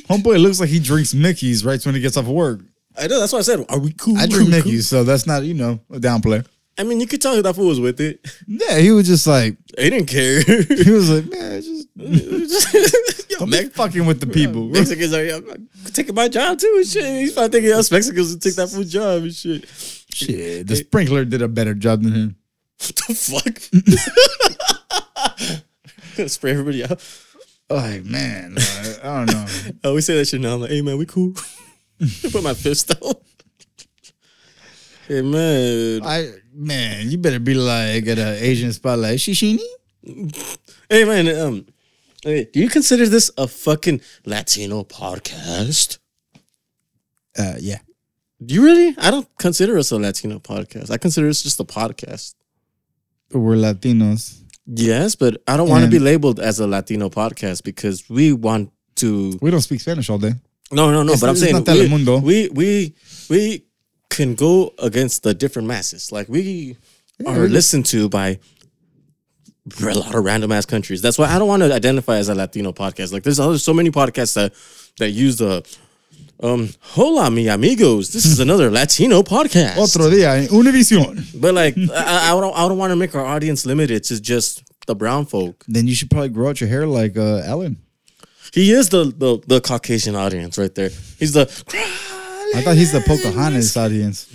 Speaker 1: homeboy looks like he drinks Mickey's right when he gets off of work.
Speaker 2: I know. That's why I said, are we cool?
Speaker 1: I
Speaker 2: Are
Speaker 1: drink
Speaker 2: we cool?
Speaker 1: Mickey's, so that's not, you know, a downplay.
Speaker 2: I mean, you could tell that fool was with it.
Speaker 1: Yeah, he was just like
Speaker 2: He didn't care.
Speaker 1: he was like, man, just
Speaker 2: Yo,
Speaker 1: don't be
Speaker 2: Mex-
Speaker 1: fucking with the people.
Speaker 2: Mexicans are yo, taking my job too and shit. He's probably thinking us Mexicans would take that food job and shit.
Speaker 1: Shit, the sprinkler did a better job than him.
Speaker 2: What the fuck? Gonna spray everybody out.
Speaker 1: Like, man, I, I don't know.
Speaker 2: I always say that shit now. I'm like, hey man, we cool. I Put my fist out. Hey man.
Speaker 1: I man, you better be like at an Asian spot like Shishini.
Speaker 2: Hey man, um, hey, do you consider this a fucking Latino podcast?
Speaker 1: Uh, yeah,
Speaker 2: Do you really? I don't consider us a Latino podcast. I consider us just a podcast.
Speaker 1: we're Latinos.
Speaker 2: Yes, but I don't want to
Speaker 1: And-
Speaker 2: be labeled as a Latino podcast because we want to.
Speaker 1: We don't speak Spanish all day.
Speaker 2: No, no, no.
Speaker 1: It's-
Speaker 2: but I'm
Speaker 1: it's
Speaker 2: saying
Speaker 1: not
Speaker 2: we,
Speaker 1: Telemundo.
Speaker 2: we we we can go against the different masses. Like we are
Speaker 1: we-
Speaker 2: listened to by a lot of random ass countries. That's why I don't want to identify as a Latino podcast. Like there's other so many podcasts that that use the um hola mi amigos. This is another Latino podcast.
Speaker 1: Otro día en Univision.
Speaker 2: But like I, I don't I don't want to make our audience limited to just the brown folk.
Speaker 1: Then you should probably grow out your hair like uh, Alan.
Speaker 2: He is the the, the Caucasian audience right there. He's the
Speaker 1: I thought he's the Pocahontas audience.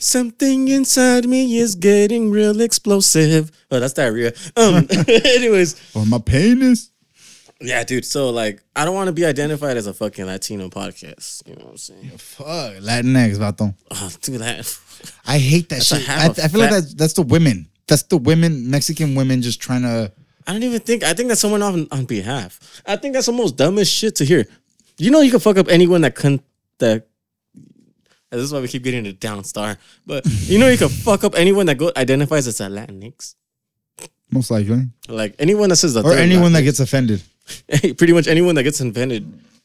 Speaker 2: Something inside me is getting real explosive. Oh, that's diarrhea. Um, anyways,
Speaker 1: Or Oh, my penis.
Speaker 2: yeah, dude. So like, I don't want to be identified as a fucking Latino podcast. You know what I'm saying?
Speaker 1: Fuck Latinx, vato.
Speaker 2: Oh, dude, that.
Speaker 1: I hate that
Speaker 2: That's a
Speaker 1: shit. I, I
Speaker 2: half a
Speaker 1: feel like
Speaker 2: fat-
Speaker 1: that's that's the women. That's the women, Mexican women, just trying to.
Speaker 2: I don't even think. I think that's someone on on behalf. I think that's the most dumbest shit to hear. You know, you can fuck up anyone that con that. This is why we keep getting the down star. But you know, you can fuck up anyone that go identifies as a Latinx.
Speaker 1: Most likely.
Speaker 2: Like anyone that says the
Speaker 1: Or
Speaker 2: third
Speaker 1: anyone that
Speaker 2: Latinx.
Speaker 1: gets offended.
Speaker 2: pretty much anyone that gets invented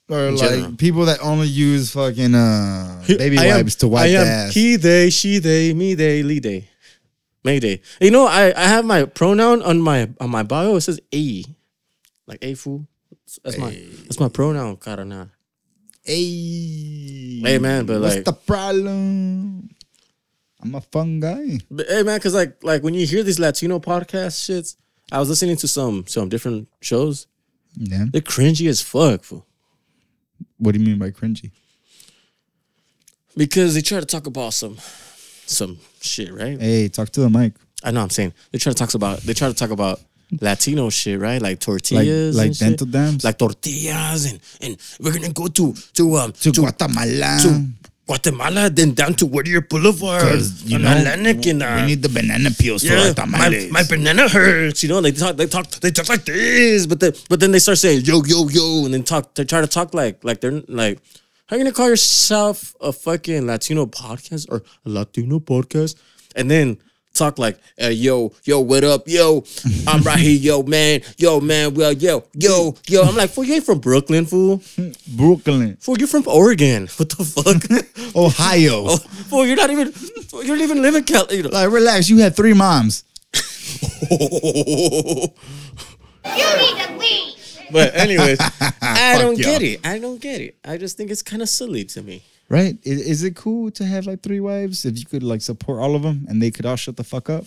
Speaker 1: Or
Speaker 2: In
Speaker 1: like
Speaker 2: general.
Speaker 1: people that only use fucking uh, baby
Speaker 2: I am-
Speaker 1: wipes to wipe
Speaker 2: I
Speaker 1: the
Speaker 2: am
Speaker 1: ass.
Speaker 2: He, they, she, they, me, they, li, they, may, they. You know, I, I have my pronoun on my on my bio. It says a, like a fool. That's- That's my that's my pronoun, carana.
Speaker 1: hey,
Speaker 2: Hey man, but
Speaker 1: what's
Speaker 2: like,
Speaker 1: the problem? I'm a fun guy.
Speaker 2: but, hey man, because like like when you hear these Latino podcast shits, I was listening to some some different shows.
Speaker 1: Yeah.
Speaker 2: They're cringy as fuck, fool.
Speaker 1: What do you mean by cringy?
Speaker 2: Because they try to talk about some some shit, right?
Speaker 1: Hey, talk to the mic.
Speaker 2: I know I'm saying they try to talk about they try to talk about Latino shit, right? Like
Speaker 1: Like
Speaker 2: tortillas,
Speaker 1: like
Speaker 2: and shit.
Speaker 1: dental dams.
Speaker 2: like tortillas, and and we're gonna go to to um
Speaker 1: to, Guatemala.
Speaker 2: to Guatemala, then down to Whittier Boulevard,
Speaker 1: 'Cause, you
Speaker 2: on
Speaker 1: know,
Speaker 2: Atlantic, and uh,
Speaker 1: we need the banana peels for
Speaker 2: yeah,
Speaker 1: our
Speaker 2: my,
Speaker 1: tamales.
Speaker 2: my banana hurts. You know, they talk, they talk, they talk like this, but then but then they start saying yo yo yo, and then talk, they try to talk like like they're like. How you gonna call yourself a fucking Latino podcast or a Latino podcast, and then talk like, hey, yo, yo, what up, yo, I'm right here, yo, man, yo, man, well, yo, yo, yo. I'm like, fool, you ain't from Brooklyn, fool.
Speaker 1: Brooklyn,
Speaker 2: Fool, you're from Oregon. What the fuck?
Speaker 1: Ohio.
Speaker 2: oh, fool, you're not even, fool, you don't even live in Cali. You know.
Speaker 1: Like relax, you had three moms.
Speaker 3: You need to leave.
Speaker 2: But anyways, I
Speaker 1: Fuck
Speaker 2: don't
Speaker 1: y'all.
Speaker 2: get it. I don't get it. I just think it's kind of silly to me.
Speaker 1: Right? Is, is it cool to have like three wives if you could like support all of them and they could all shut the fuck up?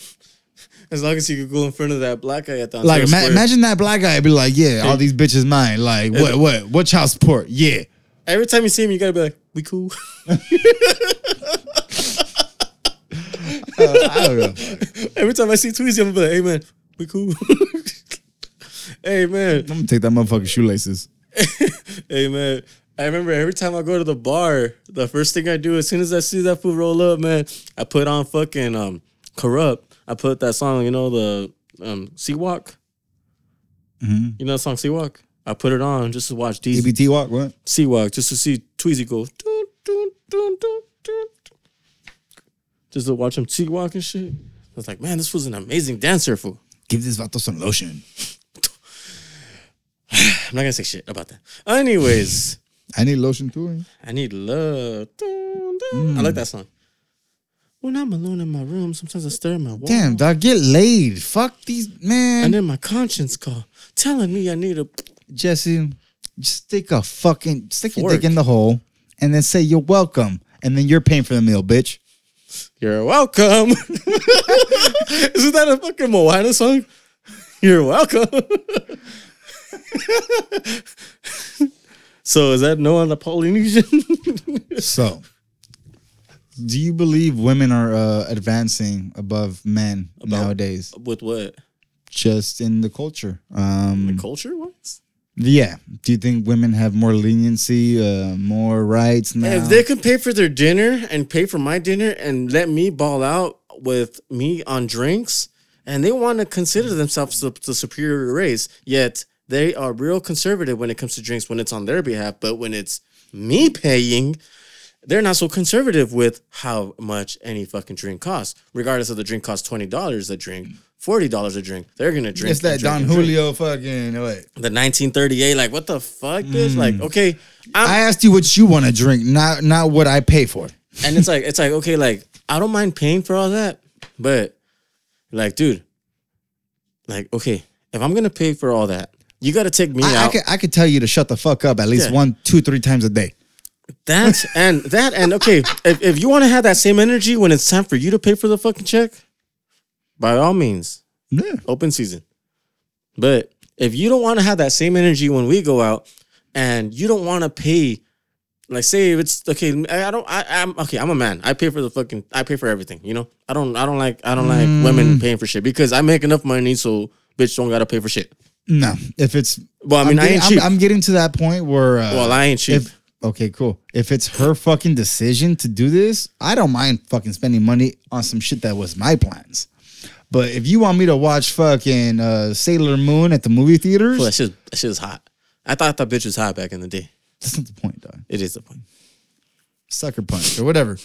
Speaker 2: As long as you could go in front of that black guy at the
Speaker 1: Like
Speaker 2: Ontario
Speaker 1: ma-
Speaker 2: Square.
Speaker 1: imagine that black guy be like, yeah, all these bitches mine. Like what what what child support? Yeah.
Speaker 2: every time you see him, you gotta be like, "We cool."
Speaker 1: I don't know.
Speaker 2: every time I see Tweezy, I'm gonna be like, "Hey man, we cool." hey man,
Speaker 1: I'm gonna take that motherfucking shoelaces.
Speaker 2: hey man. I remember every time I go to the bar, the first thing I do as soon as I see that food roll up, man, I put on fucking um corrupt. I put that song, you know the um Sea Walk.
Speaker 1: Mm-hmm.
Speaker 2: You know the song Sea Walk. I put it on just to watch Deezy.
Speaker 1: EBT walk, what?
Speaker 2: Sea Walk just to see Tweezy go. "Dun, dun, dun, dun, dun." Just to watch him Sea Walk and shit. I was like, man, this was an amazing dancer fool.
Speaker 1: Give this vato some lotion.
Speaker 2: I'm not gonna say shit about that. Anyways,
Speaker 1: I need lotion too. eh?
Speaker 2: I need love. Dun, dun. I like that song. When I'm alone in my room, sometimes I stare at my wall.
Speaker 1: Damn, dog, get laid. Fuck these man.
Speaker 2: And then my conscience call telling me I need a.
Speaker 1: Jesse, just stick a fucking stick your
Speaker 2: Fork.
Speaker 1: dick in the hole and then say you're welcome. And then you're paying for the meal, bitch.
Speaker 2: You're welcome. Isn't that a fucking Moana song? You're welcome. so is that no on the Polynesian?
Speaker 1: So, do you believe women are uh, advancing above men nowadays?
Speaker 2: With what?
Speaker 1: Just in the culture. Um,
Speaker 2: Culture wise?
Speaker 1: yeah. Do you think women have more leniency, uh, more rights now?
Speaker 2: If they could pay for their dinner and pay for my dinner and let me ball out with me on drinks, and they want to consider themselves the, the superior race, yet they are real conservative when it comes to drinks when it's on their behalf. But when it's me paying, they're not so conservative with how much any fucking drink costs. Regardless of the drink costs twenty dollars a drink, forty dollars a drink. They're gonna drink.
Speaker 1: It's that
Speaker 2: and drink
Speaker 1: Don
Speaker 2: and drink.
Speaker 1: Julio fucking what?
Speaker 2: The nineteen thirty eight. Like what the fuck, bitch? Like okay,
Speaker 1: Mm. i asked you what you want to drink, not not what I pay for.
Speaker 2: and it's like it's like okay, like I don't mind paying for all that, but like, dude, like okay, if I'm gonna pay for all that, you got to take me
Speaker 1: I, I
Speaker 2: out.
Speaker 1: could I could tell you to shut the fuck up at least
Speaker 2: Yeah.
Speaker 1: one, two, three times a day.
Speaker 2: That and that and okay, if, if you want to have that same energy when it's time for you to pay for the fucking check, by all means,
Speaker 1: yeah,
Speaker 2: open season. But if you don't want to have that same energy when we go out, and you don't want to pay, like say if it's okay, I I don't, I, I'm okay, I'm a man. I pay for the fucking, I pay for everything. You know, I don't, I don't like, I don't like women paying for shit because I make enough money, so bitch don't gotta pay for shit.
Speaker 1: No, if it's
Speaker 2: Well, I mean,
Speaker 1: I'm
Speaker 2: I
Speaker 1: getting,
Speaker 2: ain't
Speaker 1: I'm-
Speaker 2: cheap.
Speaker 1: I'm, getting to that point where uh,
Speaker 2: well, I ain't cheap.
Speaker 1: if- okay, cool. If it's her fucking decision to do this, I don't mind fucking spending money on some shit that was my plans. But if you want me to watch fucking uh, Sailor Moon at the movie theaters,
Speaker 2: Well, that shit, that shit is hot. I thought that bitch was hot back in the day.
Speaker 1: that's not the point, dog.
Speaker 2: It is the point.
Speaker 1: Sucker punch or whatever.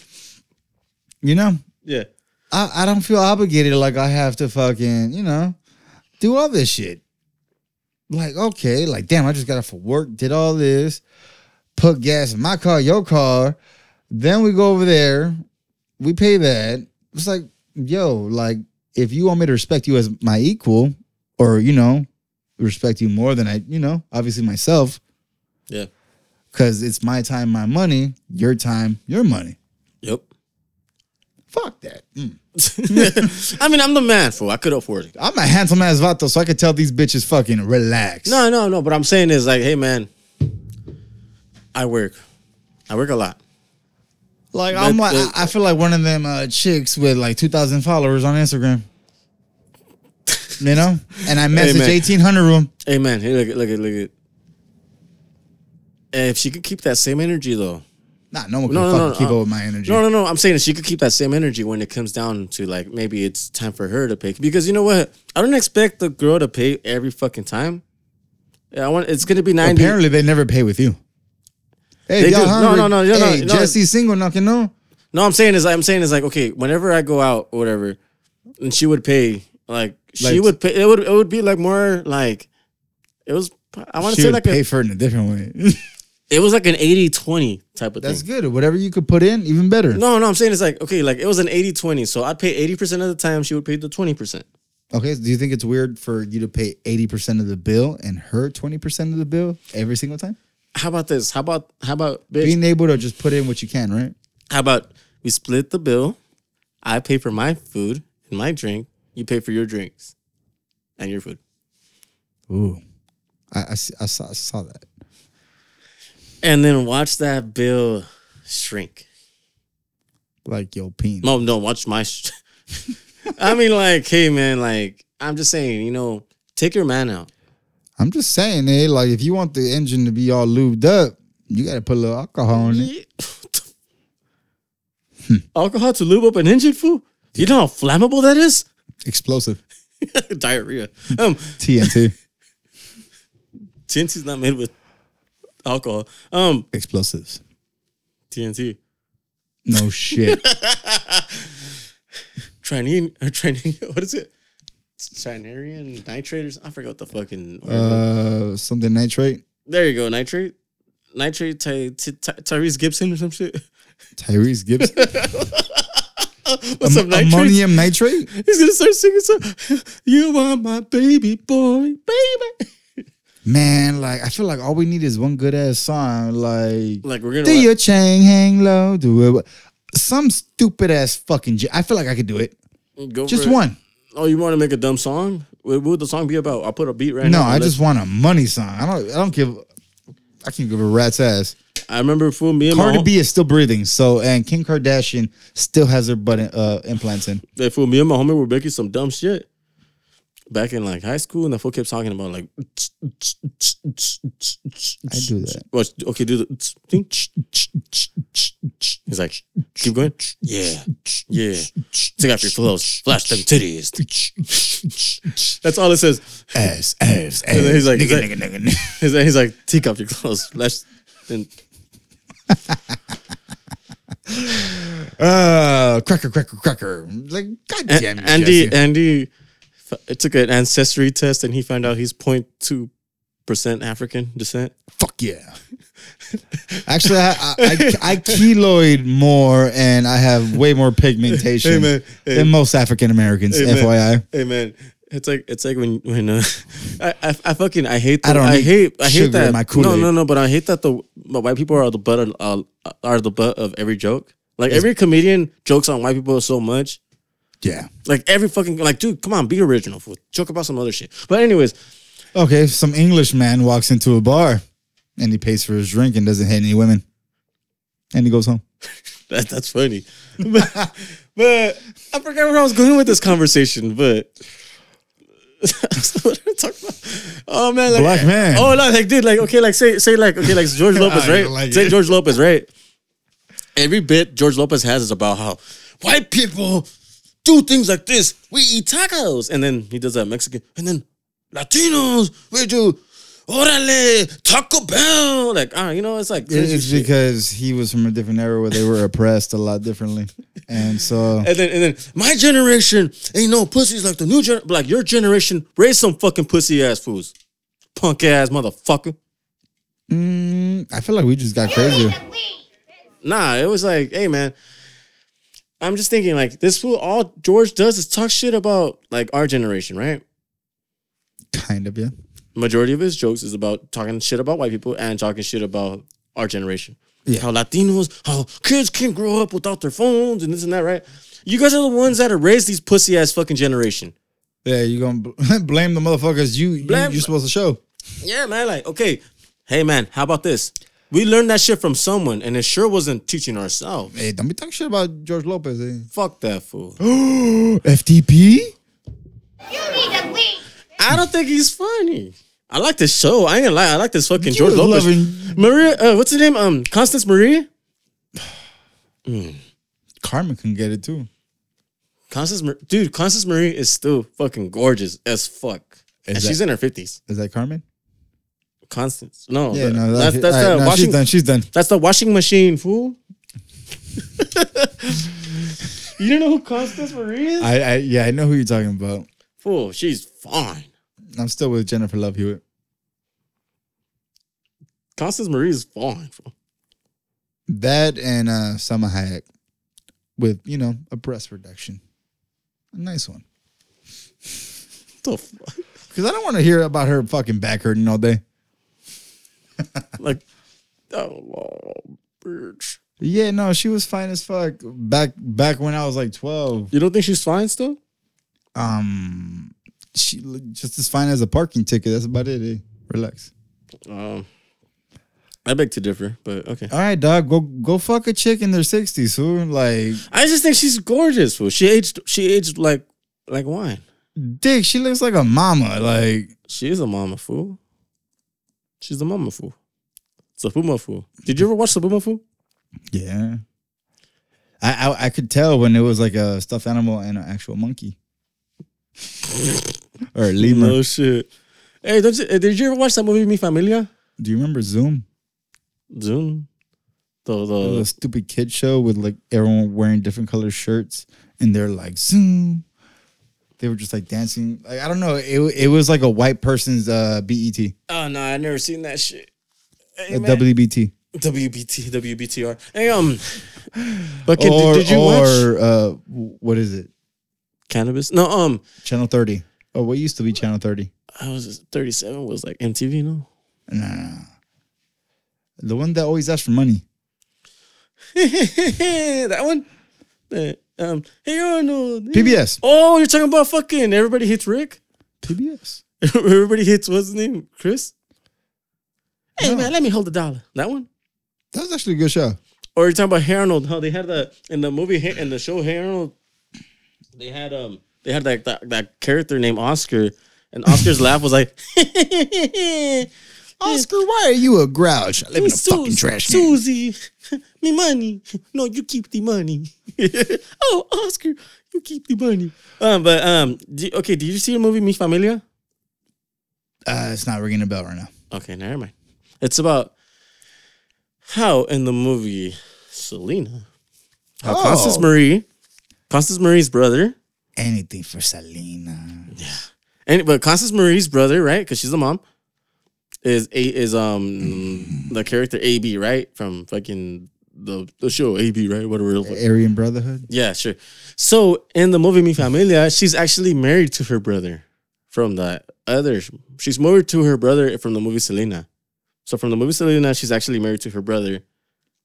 Speaker 1: You know,
Speaker 2: Yeah.
Speaker 1: I, I don't feel obligated like I have to fucking, you know, do all this shit. Like, okay, like, damn, I just got off of work, did all this, put gas in my car, your car. Then we go over there, we pay that. It's like, yo, like, if you want me to respect you as my equal, or, you know, respect you more than I, you know, obviously myself,
Speaker 2: Yeah.
Speaker 1: because it's my time, my money, your time, your money.
Speaker 2: Yep.
Speaker 1: Fuck that. Mm.
Speaker 2: I mean, I'm the man, fool. I could afford it.
Speaker 1: I'm a handsome ass vato, so I could tell these bitches fucking relax.
Speaker 2: No, no, no. But I'm saying is like, hey, man, I work. I work a lot.
Speaker 1: Like I'm
Speaker 2: But-
Speaker 1: like
Speaker 2: but-
Speaker 1: I I feel like one of them uh, chicks with like 2,000 followers on Instagram. You know, and I message
Speaker 2: man.
Speaker 1: 1800 room.
Speaker 2: Hey, man, hey, look, at- look, at- look at. If she could keep that same energy, though.
Speaker 1: Nah, no one can
Speaker 2: No, no,
Speaker 1: fucking
Speaker 2: no,
Speaker 1: keep
Speaker 2: uh,
Speaker 1: up with my energy.
Speaker 2: No, no, no. I'm saying if she could keep that same energy when it comes down to like maybe it's time for her to pay. Because you know what? I don't expect the girl to pay every fucking time. Yeah, I want. It's gonna be ninety.
Speaker 1: Apparently, they never pay with you. Hey,
Speaker 2: They
Speaker 1: y'all
Speaker 2: do. No,
Speaker 1: hungry?
Speaker 2: no, no, no,
Speaker 1: Hey,
Speaker 2: no, no.
Speaker 1: Jesse's single, knocking no.
Speaker 2: No, I'm saying is I'm saying is like okay, whenever I go out or whatever, and she would pay like she
Speaker 1: Like-
Speaker 2: would pay. It would it would be like more like it was. I want to
Speaker 1: She
Speaker 2: say
Speaker 1: would
Speaker 2: like
Speaker 1: pay
Speaker 2: a,
Speaker 1: for it in a different way.
Speaker 2: it was like an 80-20 type of
Speaker 1: That's
Speaker 2: thing.
Speaker 1: good. Whatever you could put in, even better.
Speaker 2: No, no, I'm saying it's like okay, like it was an 80-20. So I'd pay eighty percent of the time. She would pay the twenty percent.
Speaker 1: Okay, so do you think it's weird for you to pay 80% of the bill and her 20% of the bill every single time?
Speaker 2: How about this? How about how about bitch?
Speaker 1: Being able to just put in what you can, right?
Speaker 2: How about we split the bill? I pay for my food and my drink. You pay for your drinks and your food.
Speaker 1: Ooh. I, I, s- I saw, I saw that.
Speaker 2: And then watch that bill shrink.
Speaker 1: Like, yo, peen.
Speaker 2: No, no, watch my. Sh- I mean, like, hey, man, like, I'm just saying, you know, take your man out.
Speaker 1: I'm just saying, eh? Like, if you want the engine to be all lubed up, you got to put a little alcohol on it.
Speaker 2: Alcohol to lube up an engine, fool? You know how flammable that is?
Speaker 1: Explosive.
Speaker 2: Diarrhea. Um,
Speaker 1: TNT.
Speaker 2: TNT's not made with alcohol. Um,
Speaker 1: Explosives.
Speaker 2: TNT.
Speaker 1: No shit.
Speaker 2: Trinine, or trinine, what is it? Trinarian nitrate or something? I forgot the fucking. word.
Speaker 1: uh, something nitrate.
Speaker 2: there you go, nitrate. Nitrate Ty, Ty, Ty, Tyrese Gibson or some shit.
Speaker 1: Tyrese Gibson.
Speaker 2: What's up,
Speaker 1: Am-
Speaker 2: nitrate?
Speaker 1: Ammonium nitrate?
Speaker 2: He's gonna start singing some. You are my baby boy, baby.
Speaker 1: Man, like, I feel like all we need is one good ass song. Like,
Speaker 2: Like we're gonna.
Speaker 1: do your chain hang low. Do it. Some stupid ass fucking. j- I feel like I could do it.
Speaker 2: go
Speaker 1: Just
Speaker 2: for it.
Speaker 1: one.
Speaker 2: Oh, you want to make a dumb song? What what would the song be about? I'll put a beat right
Speaker 1: no,
Speaker 2: now.
Speaker 1: I
Speaker 2: and
Speaker 1: just
Speaker 2: let's-
Speaker 1: want a money song. I don't. I don't give. I can give a rat's ass.
Speaker 2: I remember fool me and my
Speaker 1: Cardi
Speaker 2: hom-
Speaker 1: B is still breathing. So and Kim Kardashian still has her butt uh, implants in.
Speaker 2: that fool me and my homie were making some dumb shit back in like high school, and the fool kept talking about like. I
Speaker 1: I do that.
Speaker 2: Watch, okay, do the thing. He's like, keep going. Yeah, yeah. Take off your clothes, flash them titties. That's all it says.
Speaker 1: Ass, ass, ass.
Speaker 2: And then he's like-
Speaker 1: nigga,
Speaker 2: he's
Speaker 1: nigga, nigga, nigga.
Speaker 2: He's like, he's like take off your clothes, flash. And
Speaker 1: Uh, cracker, cracker, cracker. Like, god damn it,
Speaker 2: Andy, eh.
Speaker 1: Jesse.
Speaker 2: Andy, I took an ancestry test and he found out he's 0.2 percent African descent.
Speaker 1: Fuck yeah. Actually, I, I, I, I keloid more and I have way more pigmentation
Speaker 2: Hey, man. Hey.
Speaker 1: than most African Americans.
Speaker 2: Hey, man.
Speaker 1: FYI,
Speaker 2: Hey man, it's like it's like when when uh, I, I I fucking I hate
Speaker 1: I
Speaker 2: that I,
Speaker 1: don't need
Speaker 2: hate I
Speaker 1: sugar in
Speaker 2: hate that
Speaker 1: my
Speaker 2: no
Speaker 1: Kool-Aid.
Speaker 2: no no but I hate that the but white people are the butt of, uh, are the butt of every joke. Like every comedian jokes on white people so much.
Speaker 1: yeah.
Speaker 2: Like every fucking like dude, come on, be original. Fool. Joke about some other shit. But anyways,
Speaker 1: Okay, if some English man walks into a bar and he pays for his drink and doesn't hit any women, and he goes home.
Speaker 2: that, that's funny. but, but I forgot where I was going with this conversation. But what am I talking about? Oh man, like,
Speaker 1: Black man.
Speaker 2: Oh, no, like, dude, like, okay, like, say, say, like, okay, like, George Lopez,
Speaker 1: I
Speaker 2: right?
Speaker 1: like
Speaker 2: say
Speaker 1: it.
Speaker 2: George Lopez, right? Every bit George Lopez has is about how white people do things like this. We eat tacos, and then he does that Mexican, and then Latinos, we do. Orale, Taco Bell, like, ah, you know, it's like crazy
Speaker 1: It's
Speaker 2: shit.
Speaker 1: because he was from a different era where they were oppressed a lot differently, and so
Speaker 2: And then, and then my generation ain't no pussies like the new gen. Like your generation raised some fucking pussy ass fools, punk ass motherfucker.
Speaker 1: mm, I feel like we just got crazier.
Speaker 2: Nah, it was like, hey man, I'm just thinking like this fool. All George does is talk shit about like our generation, right?
Speaker 1: Kind of, yeah.
Speaker 2: Majority of his jokes is about talking shit about white people and talking shit about our generation. How Latinos, how kids can't grow up without their phones and this and that, right? You guys are the ones that have raised these pussy ass fucking generation.
Speaker 1: Yeah, you gonna bl- blame the motherfuckers you, you
Speaker 2: Blame-
Speaker 1: you're supposed to show.
Speaker 2: Yeah, man. Like, okay, hey, man, how about this? We learned that shit from someone, and it sure wasn't teaching ourselves.
Speaker 1: Hey, don't be talking shit about George Lopez. eh?
Speaker 2: Fuck that fool.
Speaker 1: FTP.
Speaker 2: I don't think he's funny. I like this show. I ain't gonna lie. I like this fucking
Speaker 1: You
Speaker 2: George Lopez.
Speaker 1: loving-
Speaker 2: Maria, uh, what's her name? Um, Constance Marie.
Speaker 1: Carmen can get it too.
Speaker 2: Constance, Mar- dude, Constance Marie is still fucking gorgeous as fuck, and
Speaker 1: that-
Speaker 2: she's in her fifties.
Speaker 1: Is that Carmen?
Speaker 2: Constance, no,
Speaker 1: Yeah,
Speaker 2: that-
Speaker 1: no,
Speaker 2: that's
Speaker 1: that,
Speaker 2: that's uh,
Speaker 1: all right,
Speaker 2: the
Speaker 1: no, she's
Speaker 2: washing.
Speaker 1: done. She's done.
Speaker 2: That's the washing machine, fool. you don't know who Constance Marie is?
Speaker 1: I, I yeah, I know who you're talking about.
Speaker 2: fool, she's fine.
Speaker 1: I'm still with Jennifer Love Hewitt.
Speaker 2: Constance Marie is fine. fool.
Speaker 1: That and uh Selma Hayek with, you know, a breast reduction. A nice one.
Speaker 2: What the fuck?
Speaker 1: Because I don't want to hear about her fucking back hurting all day.
Speaker 2: Like, oh, bitch.
Speaker 1: Yeah, no, she was fine as fuck back back when I was like 12.
Speaker 2: You don't think she's fine still?
Speaker 1: Um she looked just as fine as a parking ticket. That's about it. eh? Relax.
Speaker 2: Um, I beg to differ, but okay.
Speaker 1: All right, dog. Go go fuck a chick in their 60s, who like
Speaker 2: I just think she's gorgeous. Fool. She aged. She aged like like wine.
Speaker 1: dick, she looks like a mama. Like
Speaker 2: She is a mama fool. She's a mama fool. Sapuma fool. Did you ever watch Sapuma fool?
Speaker 1: Yeah. I, I I could tell when it was like a stuffed animal and an actual monkey. or a lemur.
Speaker 2: No Oh, shit. Hey, don't you, eh, did you ever watch that movie Mi Familia?
Speaker 1: Do you remember Zoom?
Speaker 2: Zoom. The
Speaker 1: The
Speaker 2: the
Speaker 1: little stupid kid show with like everyone wearing different colored shirts and they're like Zoom. They were just like dancing. Like I don't know. It it was like a white person's uh BET.
Speaker 2: oh no, I never seen that shit. Hey,
Speaker 1: a
Speaker 2: man.
Speaker 1: WBT.
Speaker 2: WBT WBTR. Hey um, but can,
Speaker 1: Or,
Speaker 2: did, you watch
Speaker 1: or uh what is it?
Speaker 2: cannabis? No um,
Speaker 1: Channel 30. Oh, what used to be Channel 30.
Speaker 2: I was thirty seven was like MTV no.
Speaker 1: Nah, nah, nah. The one that always asked for money.
Speaker 2: that one. Uh, um, hey Arnold. Hey.
Speaker 1: PBS.
Speaker 2: Oh, you're talking about fucking everybody hits Rick.
Speaker 1: PBS.
Speaker 2: everybody hits what's his name, Chris. Hey
Speaker 1: No.
Speaker 2: man, let me hold the dollar. That one.
Speaker 1: That was actually a good show.
Speaker 2: Or you're talking about Hey Arnold? How they had the in the movie Hey- in the show Hey Arnold. They had um they had like that, that character named Oscar, and Oscar's laugh was like.
Speaker 1: Oscar, why are you a grouch? I live in a
Speaker 2: Sus-
Speaker 1: fucking trash can.
Speaker 2: Susie, me money. No, you keep the money. oh, Oscar, you keep the money. Um, but um, do, okay. Did you see the movie Mi Familia?
Speaker 1: Uh, it's not ringing a bell right now.
Speaker 2: Okay, never mind. It's about how in the movie Selena, how
Speaker 1: Oh.
Speaker 2: Oh. Constance Marie, Constance Marie's brother,
Speaker 1: Oh. anything for Selena.
Speaker 2: Yeah. And but Constance Marie's brother, right? Because she's the mom. Is a is um the character AB right from fucking the the show AB right whatever it was.
Speaker 1: Aryan Brotherhood.
Speaker 2: yeah sure so in the movie Mi Familia she's actually married to her brother from the other she's married to her brother from the movie Selena so from the movie Selena she's actually married to her brother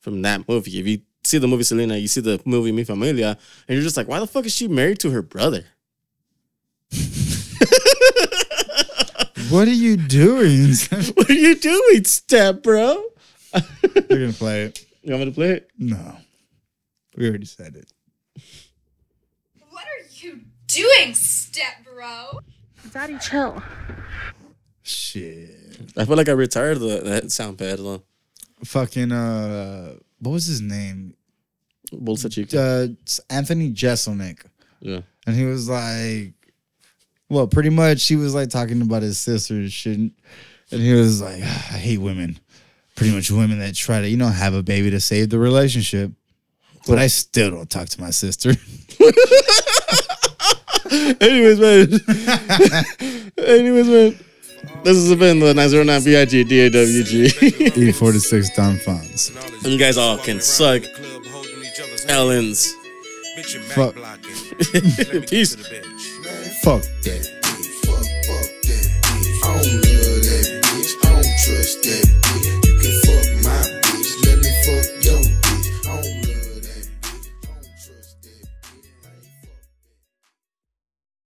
Speaker 2: from that movie if you see the movie Selena you see the movie Mi Familia and you're just like why the fuck is she married to her brother
Speaker 1: What are you doing?
Speaker 2: what are you doing step bro
Speaker 1: You're gonna play it.
Speaker 2: you want me to play it
Speaker 1: No, we already said it.
Speaker 12: What are you doing, step bro? Daddy, chill.
Speaker 1: Shit.
Speaker 2: I feel like I retired the, that sound bad though.
Speaker 1: Fucking uh, what was his name?
Speaker 2: Bolsa Chica.
Speaker 1: Uh, Anthony Jeselnik.
Speaker 2: Yeah.
Speaker 1: And he was like, well, pretty much she was like talking about his sister and shit. And he was like, "Ah, I hate women. Pretty much women that try to, you know, have a baby to save the relationship. But I still don't talk to my sister.
Speaker 2: Anyways, man. Anyways, man. This has been the 909 BIG DAWG.
Speaker 1: E46 Don Fons.
Speaker 2: you guys all can suck. Ellen's.
Speaker 1: Fuck.
Speaker 2: Peace.
Speaker 1: Fuck that.